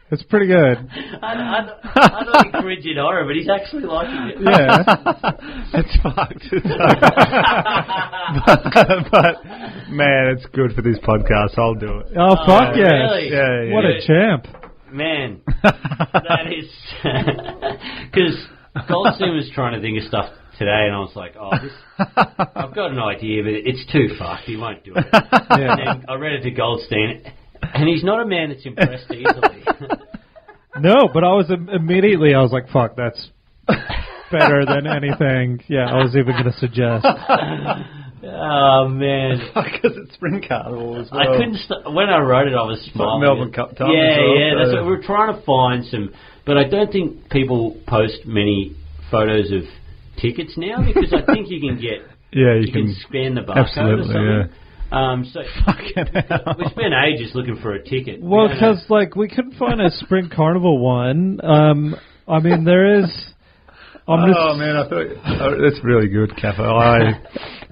Speaker 1: It's pretty good.
Speaker 3: I, I, I don't think Bridget horror, but he's actually liking it. [LAUGHS]
Speaker 1: Yeah.
Speaker 4: it's fucked. [LAUGHS] but, but, man, it's good for this podcast. I'll do it.
Speaker 1: Oh, fuck yes.
Speaker 3: really?
Speaker 4: Yeah, yeah.
Speaker 1: What a champ.
Speaker 3: Man, that is [LAUGHS] because Goldstein was trying to think of stuff today, and I was like, "Oh, this, I've got an idea, but it's too fucked. He won't do it." And
Speaker 1: Yeah.
Speaker 3: then I read it to Goldstein, and he's not a man that's impressed easily.
Speaker 1: [LAUGHS]
Speaker 3: [LAUGHS]
Speaker 1: No, but I was im- immediately, I was like, fuck, that's better than anything. Yeah, I was even going to suggest.
Speaker 3: oh man.
Speaker 4: [LAUGHS] Because it's spring carnival as well.
Speaker 3: I couldn't. St- when I wrote it, I was smiling.
Speaker 4: Melbourne Cup time
Speaker 3: Yeah,
Speaker 4: as well,
Speaker 3: yeah. That's
Speaker 4: so-
Speaker 3: what we're trying to find some, but I don't think people post many photos of tickets now because I think you can get
Speaker 4: [LAUGHS] Yeah,
Speaker 3: you, can, scan the barcode
Speaker 4: absolutely,
Speaker 3: or something. Um,
Speaker 4: [LAUGHS]
Speaker 3: so we spent ages looking for a ticket. We
Speaker 1: Well,
Speaker 3: don't
Speaker 1: because, like, we couldn't find a Spring Carnival one. Um, I mean, there is. I'm just,
Speaker 4: Oh man, I thought oh, that's really good, Kappa. I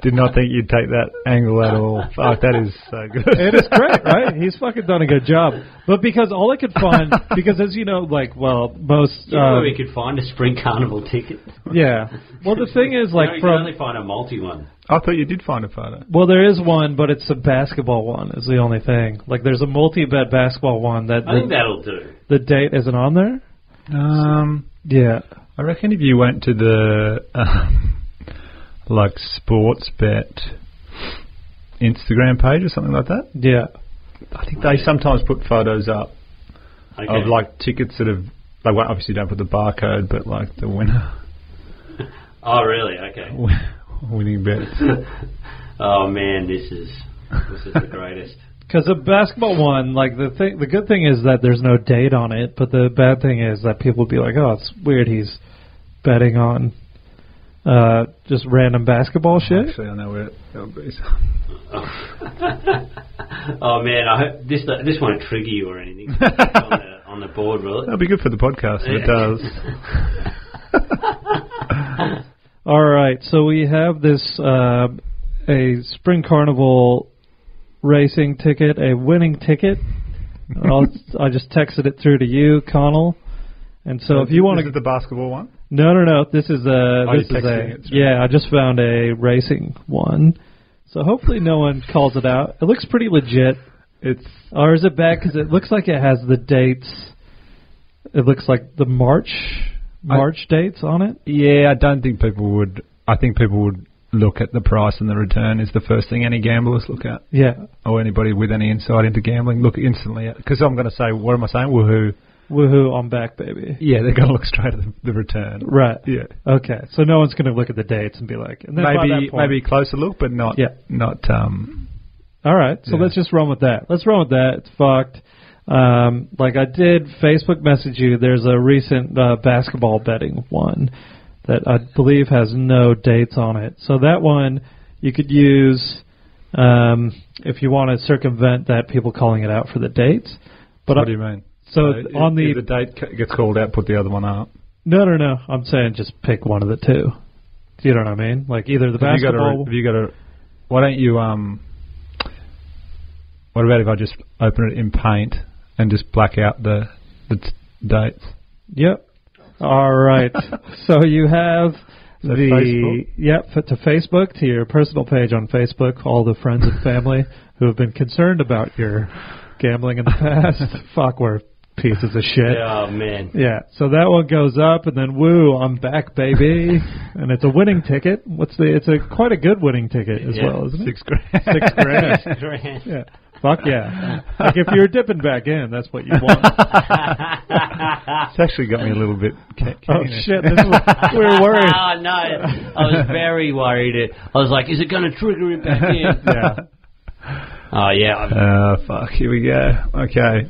Speaker 4: did not think you'd take that angle at all. Fuck, that is so good.
Speaker 1: [LAUGHS] It is great, right? He's fucking done a good job. But because all I could find, because as you know, like, well, most,
Speaker 3: know where
Speaker 1: um,
Speaker 4: uh,
Speaker 3: we could find a spring carnival ticket.
Speaker 1: yeah. Well, the thing is,
Speaker 3: no,
Speaker 1: like,
Speaker 3: you
Speaker 1: from
Speaker 3: can only find a multi one.
Speaker 4: I thought you did find a photo.
Speaker 1: Well, there is one, but it's a basketball one. Is the only thing. Like, there's a multi-bet basketball one that
Speaker 3: I think
Speaker 1: the,
Speaker 3: that'll do.
Speaker 1: the date isn't on there.
Speaker 4: Um,
Speaker 1: Yeah.
Speaker 4: I reckon if you went to the um, like sports bet Instagram page or something like that,
Speaker 1: Yeah.
Speaker 4: I think they sometimes put photos up
Speaker 3: Okay.
Speaker 4: of like tickets that have. They won't- obviously don't put the barcode, but like the winner [LAUGHS]
Speaker 3: oh, really? Okay.
Speaker 4: winning bets.
Speaker 3: Oh man, this is this is
Speaker 4: [LAUGHS]
Speaker 3: the greatest.
Speaker 1: Because the basketball one, like the thing, the good thing is that there's no date on it, but the bad thing is that people would be like, "Oh, it's weird. He's betting on uh just random basketball shit."
Speaker 4: Actually, I know where it'll be.
Speaker 3: Oh man, I hope this this won't trigger you or anything on, the,
Speaker 4: [LAUGHS]
Speaker 3: on the board, will it?
Speaker 4: That'll be good for the podcast if it does. [LAUGHS]
Speaker 1: All right, so we have this uh, a spring carnival racing ticket, a winning ticket. I'll, I just texted it through to you, Connell. And so, if you want
Speaker 4: Is
Speaker 1: to,
Speaker 4: it the basketball one?
Speaker 1: no, no, no. This is a
Speaker 4: Oh,
Speaker 1: this
Speaker 4: you're
Speaker 1: is
Speaker 4: texting
Speaker 1: a
Speaker 4: it through.
Speaker 1: yeah. I just found a racing one, so hopefully no one calls it out. It looks pretty legit,
Speaker 4: It's
Speaker 1: or is it bad because it looks like it has the dates? It looks like the March
Speaker 4: I-
Speaker 1: March dates on it.
Speaker 4: yeah. I don't think people would. I think people would look at the price and the return is the first thing any gamblers look at,
Speaker 1: Yeah,
Speaker 4: or anybody with any insight into gambling look instantly at. Because I'm going to say, what am I saying? Woohoo!
Speaker 1: woohoo! I'm back, baby.
Speaker 4: Yeah, they're going to look [LAUGHS] straight at the, the return.
Speaker 1: Right.
Speaker 4: Yeah.
Speaker 1: Okay. So no one's going to look at the dates and be like, and then by
Speaker 4: Maybe
Speaker 1: that point-
Speaker 4: maybe closer look, but not
Speaker 1: Yeah.
Speaker 4: not um.
Speaker 1: All right. So
Speaker 4: Yeah.
Speaker 1: let's just run with that. Let's run with that. It's fucked. Um, like I did Facebook message you. There's a recent uh, basketball betting one that I believe has no dates on it. So that one you could use um, if you want to circumvent that people calling it out for the dates. But
Speaker 4: what
Speaker 1: I-
Speaker 4: do you mean?
Speaker 1: so
Speaker 4: if-
Speaker 1: on the-
Speaker 4: if the date c- gets called out, put the other one up.
Speaker 1: no, no, no. I'm saying just pick one of the two. Do you know what I mean? Like either the
Speaker 4: Have you got a?
Speaker 1: basketball.
Speaker 4: Have you got a? Why don't you um? What about if I just open it in Paint and just black out the the t- dates?
Speaker 1: Yep. All [LAUGHS] right. so you have
Speaker 4: that
Speaker 1: the
Speaker 4: Facebook?
Speaker 1: yep f- to Facebook to your personal page on Facebook. All the friends and family who have been concerned about your gambling in the past. [LAUGHS] Fuck, we're pieces of shit.
Speaker 3: Oh man,
Speaker 1: Yeah, so that one goes up, and then woo, I'm back, baby, and it's a winning ticket. What's the? It's a quite a good winning ticket as
Speaker 3: Yeah,
Speaker 1: well, isn't it?
Speaker 4: Six grand.
Speaker 1: Six
Speaker 3: [LAUGHS]
Speaker 1: grand.
Speaker 4: [LAUGHS]
Speaker 3: Grand.
Speaker 1: yeah, [LAUGHS] fuck yeah. Like if you're dipping back in, that's what you want.
Speaker 4: It's actually got me a little bit. ca-
Speaker 1: [LAUGHS] [LAUGHS] oh
Speaker 4: keen.
Speaker 1: shit, this is, we're worried.
Speaker 3: Oh [LAUGHS] no, I was very worried. I was like, is it going to trigger him back
Speaker 4: [LAUGHS]
Speaker 3: in?
Speaker 1: Yeah.
Speaker 3: oh yeah, I'm-
Speaker 4: Uh, fuck. Here we go. [LAUGHS] Okay.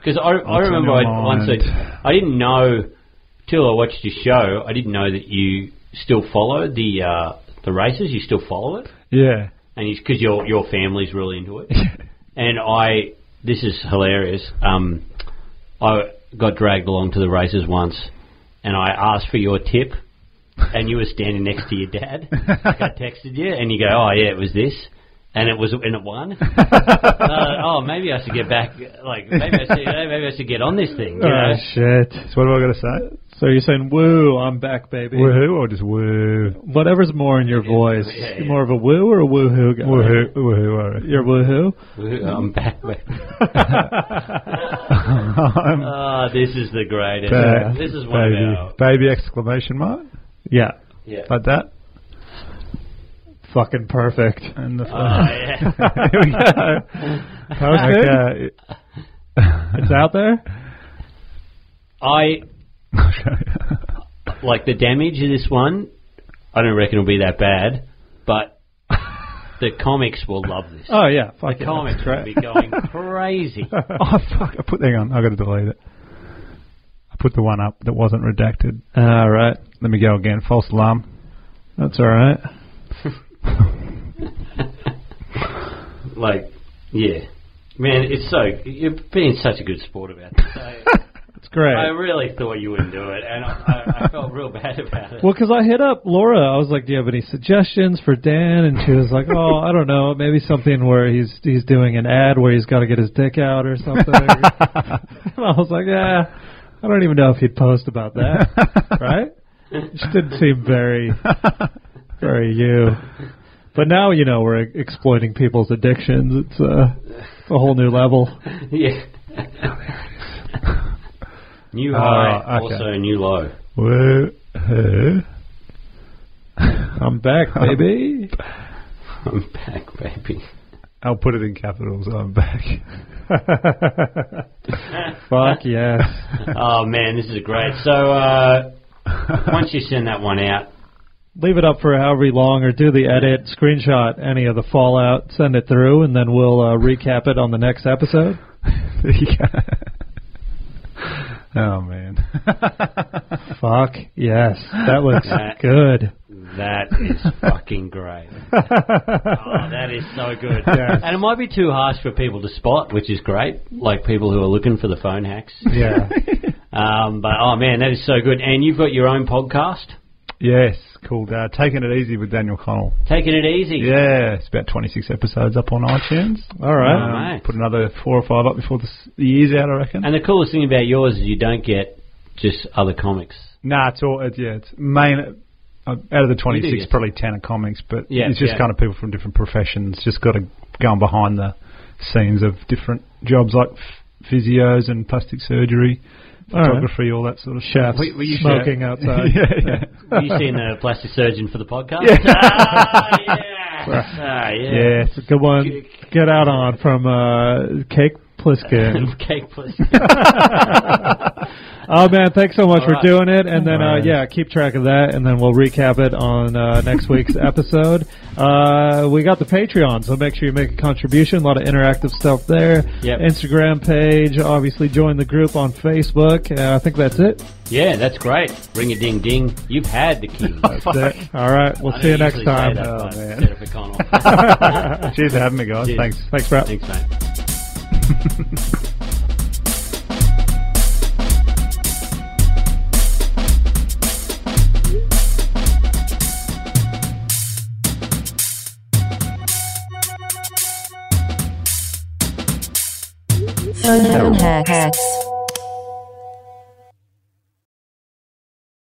Speaker 3: Because I, I
Speaker 4: What's on
Speaker 3: remember
Speaker 4: your
Speaker 3: I, once
Speaker 4: mind?
Speaker 3: I, I didn't know till I watched your show. I didn't know that you still follow the uh, the races? You still follow it,
Speaker 4: Yeah.
Speaker 3: and because your your family's really into it. and I, this is hilarious. Um, I got dragged along to the races once, and I asked for your tip, and you were standing next to your dad. Like I texted you, and you go, "Oh yeah, it was this." And it was, and it won. uh, oh, maybe I should get back. Like maybe I should, maybe I should get on this thing. You know?
Speaker 1: Oh, shit.
Speaker 4: So what do I got to say?
Speaker 1: So you're saying, woo, I'm back, baby.
Speaker 4: Woohoo or just woo?
Speaker 1: Whatever's more in your voice.
Speaker 3: yeah,
Speaker 1: You're
Speaker 3: yeah.
Speaker 1: More of a woo or a woohoo guy?
Speaker 4: Woohoo, woohoo, I reckon.
Speaker 1: You're woohoo?
Speaker 3: [LAUGHS] I'm back.
Speaker 4: [LAUGHS] I'm
Speaker 3: Ah, this is the greatest.
Speaker 4: back,
Speaker 3: This is one
Speaker 4: baby.
Speaker 3: of our.
Speaker 4: Baby exclamation mark,
Speaker 1: Yeah.
Speaker 3: Yeah.
Speaker 4: like that.
Speaker 1: Fucking perfect.
Speaker 4: And the
Speaker 3: Oh,
Speaker 4: [LAUGHS]
Speaker 3: yeah. [LAUGHS]
Speaker 4: Here
Speaker 1: [LAUGHS]
Speaker 4: we go. Okay.
Speaker 1: It's out there? [LAUGHS]
Speaker 3: I like the damage of this one. I don't reckon it'll be that bad, but the comics will love this.
Speaker 1: Oh, yeah. Fuck
Speaker 3: the
Speaker 1: yeah.
Speaker 3: comics will be going crazy.
Speaker 1: [LAUGHS]
Speaker 4: oh fuck! I put hang on. I got to delete it. I put the one up that wasn't redacted.
Speaker 1: All right.
Speaker 4: Let me go again. False alarm.
Speaker 1: That's all right.
Speaker 3: Like, yeah, man, it's so you've been such a good sport about
Speaker 1: [LAUGHS]
Speaker 3: this. I,
Speaker 1: It's great.
Speaker 3: I really thought you wouldn't do it, and I, I, I felt real bad about it.
Speaker 1: Well, 'cause I hit up Laura. I was like, "Do you have any suggestions for Dan?" And she was like, "Oh, I don't know. Maybe something where he's he's doing an ad where he's got to get his dick out or something." and I was like, "Yeah, I don't even know if he'd post about that, right?" It just didn't seem very very you. But now you know we're exploiting people's addictions. It's uh, a whole new level.
Speaker 3: [LAUGHS]
Speaker 1: [LAUGHS]
Speaker 3: Yeah. new
Speaker 4: Oh,
Speaker 3: high,
Speaker 4: okay.
Speaker 3: also new low.
Speaker 4: Uh, Woohoo!
Speaker 1: I'm back, baby.
Speaker 3: I'm back, baby.
Speaker 4: [LAUGHS] I'll put it in capitals. I'm back. [LAUGHS]
Speaker 1: Fuck yes.
Speaker 3: oh man, this is great. So uh, once you send that one out,
Speaker 1: leave it up for however long or do the edit, screenshot any of the fallout, send it through, and then we'll uh, recap it on the next
Speaker 4: [LAUGHS]
Speaker 1: episode.
Speaker 4: There you go. Oh man. [LAUGHS]
Speaker 1: Fuck yes, that looks good.
Speaker 3: that is fucking great. oh, that is so good.
Speaker 4: Yes.
Speaker 3: And it might be too harsh for people to spot, which is great. Like people who are looking for the phone hacks.
Speaker 1: Yeah,
Speaker 3: Um, but oh man, that is so good. And you've got your own podcast,
Speaker 4: [LAUGHS] Yes, called uh, Taking It Easy with Daniel Connell.
Speaker 3: taking it easy.
Speaker 4: Yeah, it's about 26 episodes up on iTunes. Um,
Speaker 1: all right.
Speaker 3: Oh, nice.
Speaker 4: Put another four or five up before the, s- the year's out, I reckon.
Speaker 3: And the coolest thing about yours is you don't get just other comics.
Speaker 4: Nah, it's all, it, yeah, it's main, uh, out of the
Speaker 3: You
Speaker 4: 26,
Speaker 3: do, yes.
Speaker 4: probably 10 are comics, but
Speaker 3: Yeah,
Speaker 4: it's just
Speaker 3: yeah.
Speaker 4: kind of people from different professions, just got to go on behind the scenes of different jobs like f- physios and plastic surgery,
Speaker 1: All right.
Speaker 4: photography, all that sort of stuff.
Speaker 1: Chefs smoking outside.
Speaker 4: [LAUGHS] yeah, yeah.
Speaker 3: Have you seen the plastic surgeon for the podcast? Ah, yeah. Ah, yeah.
Speaker 4: Yes.
Speaker 1: It's a good one. Get out on from uh, Cake
Speaker 3: [LAUGHS]
Speaker 1: Pliskin.
Speaker 3: Cake plus.
Speaker 1: oh man, thanks so much
Speaker 3: All
Speaker 1: for
Speaker 3: right.
Speaker 1: doing it. And then uh,
Speaker 4: Nice.
Speaker 1: yeah, keep track of that, and then we'll recap it on uh,
Speaker 3: [LAUGHS]
Speaker 1: next week's episode. Uh, we got the Patreon, so make sure you make a contribution. A lot of interactive stuff there.
Speaker 3: Yep.
Speaker 1: Instagram page, obviously join the group on Facebook. Uh, I think that's it.
Speaker 3: Yeah, that's great. Ring a ding ding. You've had the king.
Speaker 1: That's it. All right, [LAUGHS] we'll
Speaker 3: I
Speaker 1: see you
Speaker 3: don't
Speaker 1: next
Speaker 3: usually say
Speaker 1: time.
Speaker 3: that,
Speaker 4: Oh,
Speaker 3: but [LAUGHS]
Speaker 4: man.
Speaker 3: I said it for Connell.
Speaker 1: [LAUGHS]
Speaker 4: Cheers for having me, guys.
Speaker 3: Cheers.
Speaker 4: Thanks.
Speaker 1: Thanks, Brett.
Speaker 3: Thanks, mate.
Speaker 2: Phone hacks.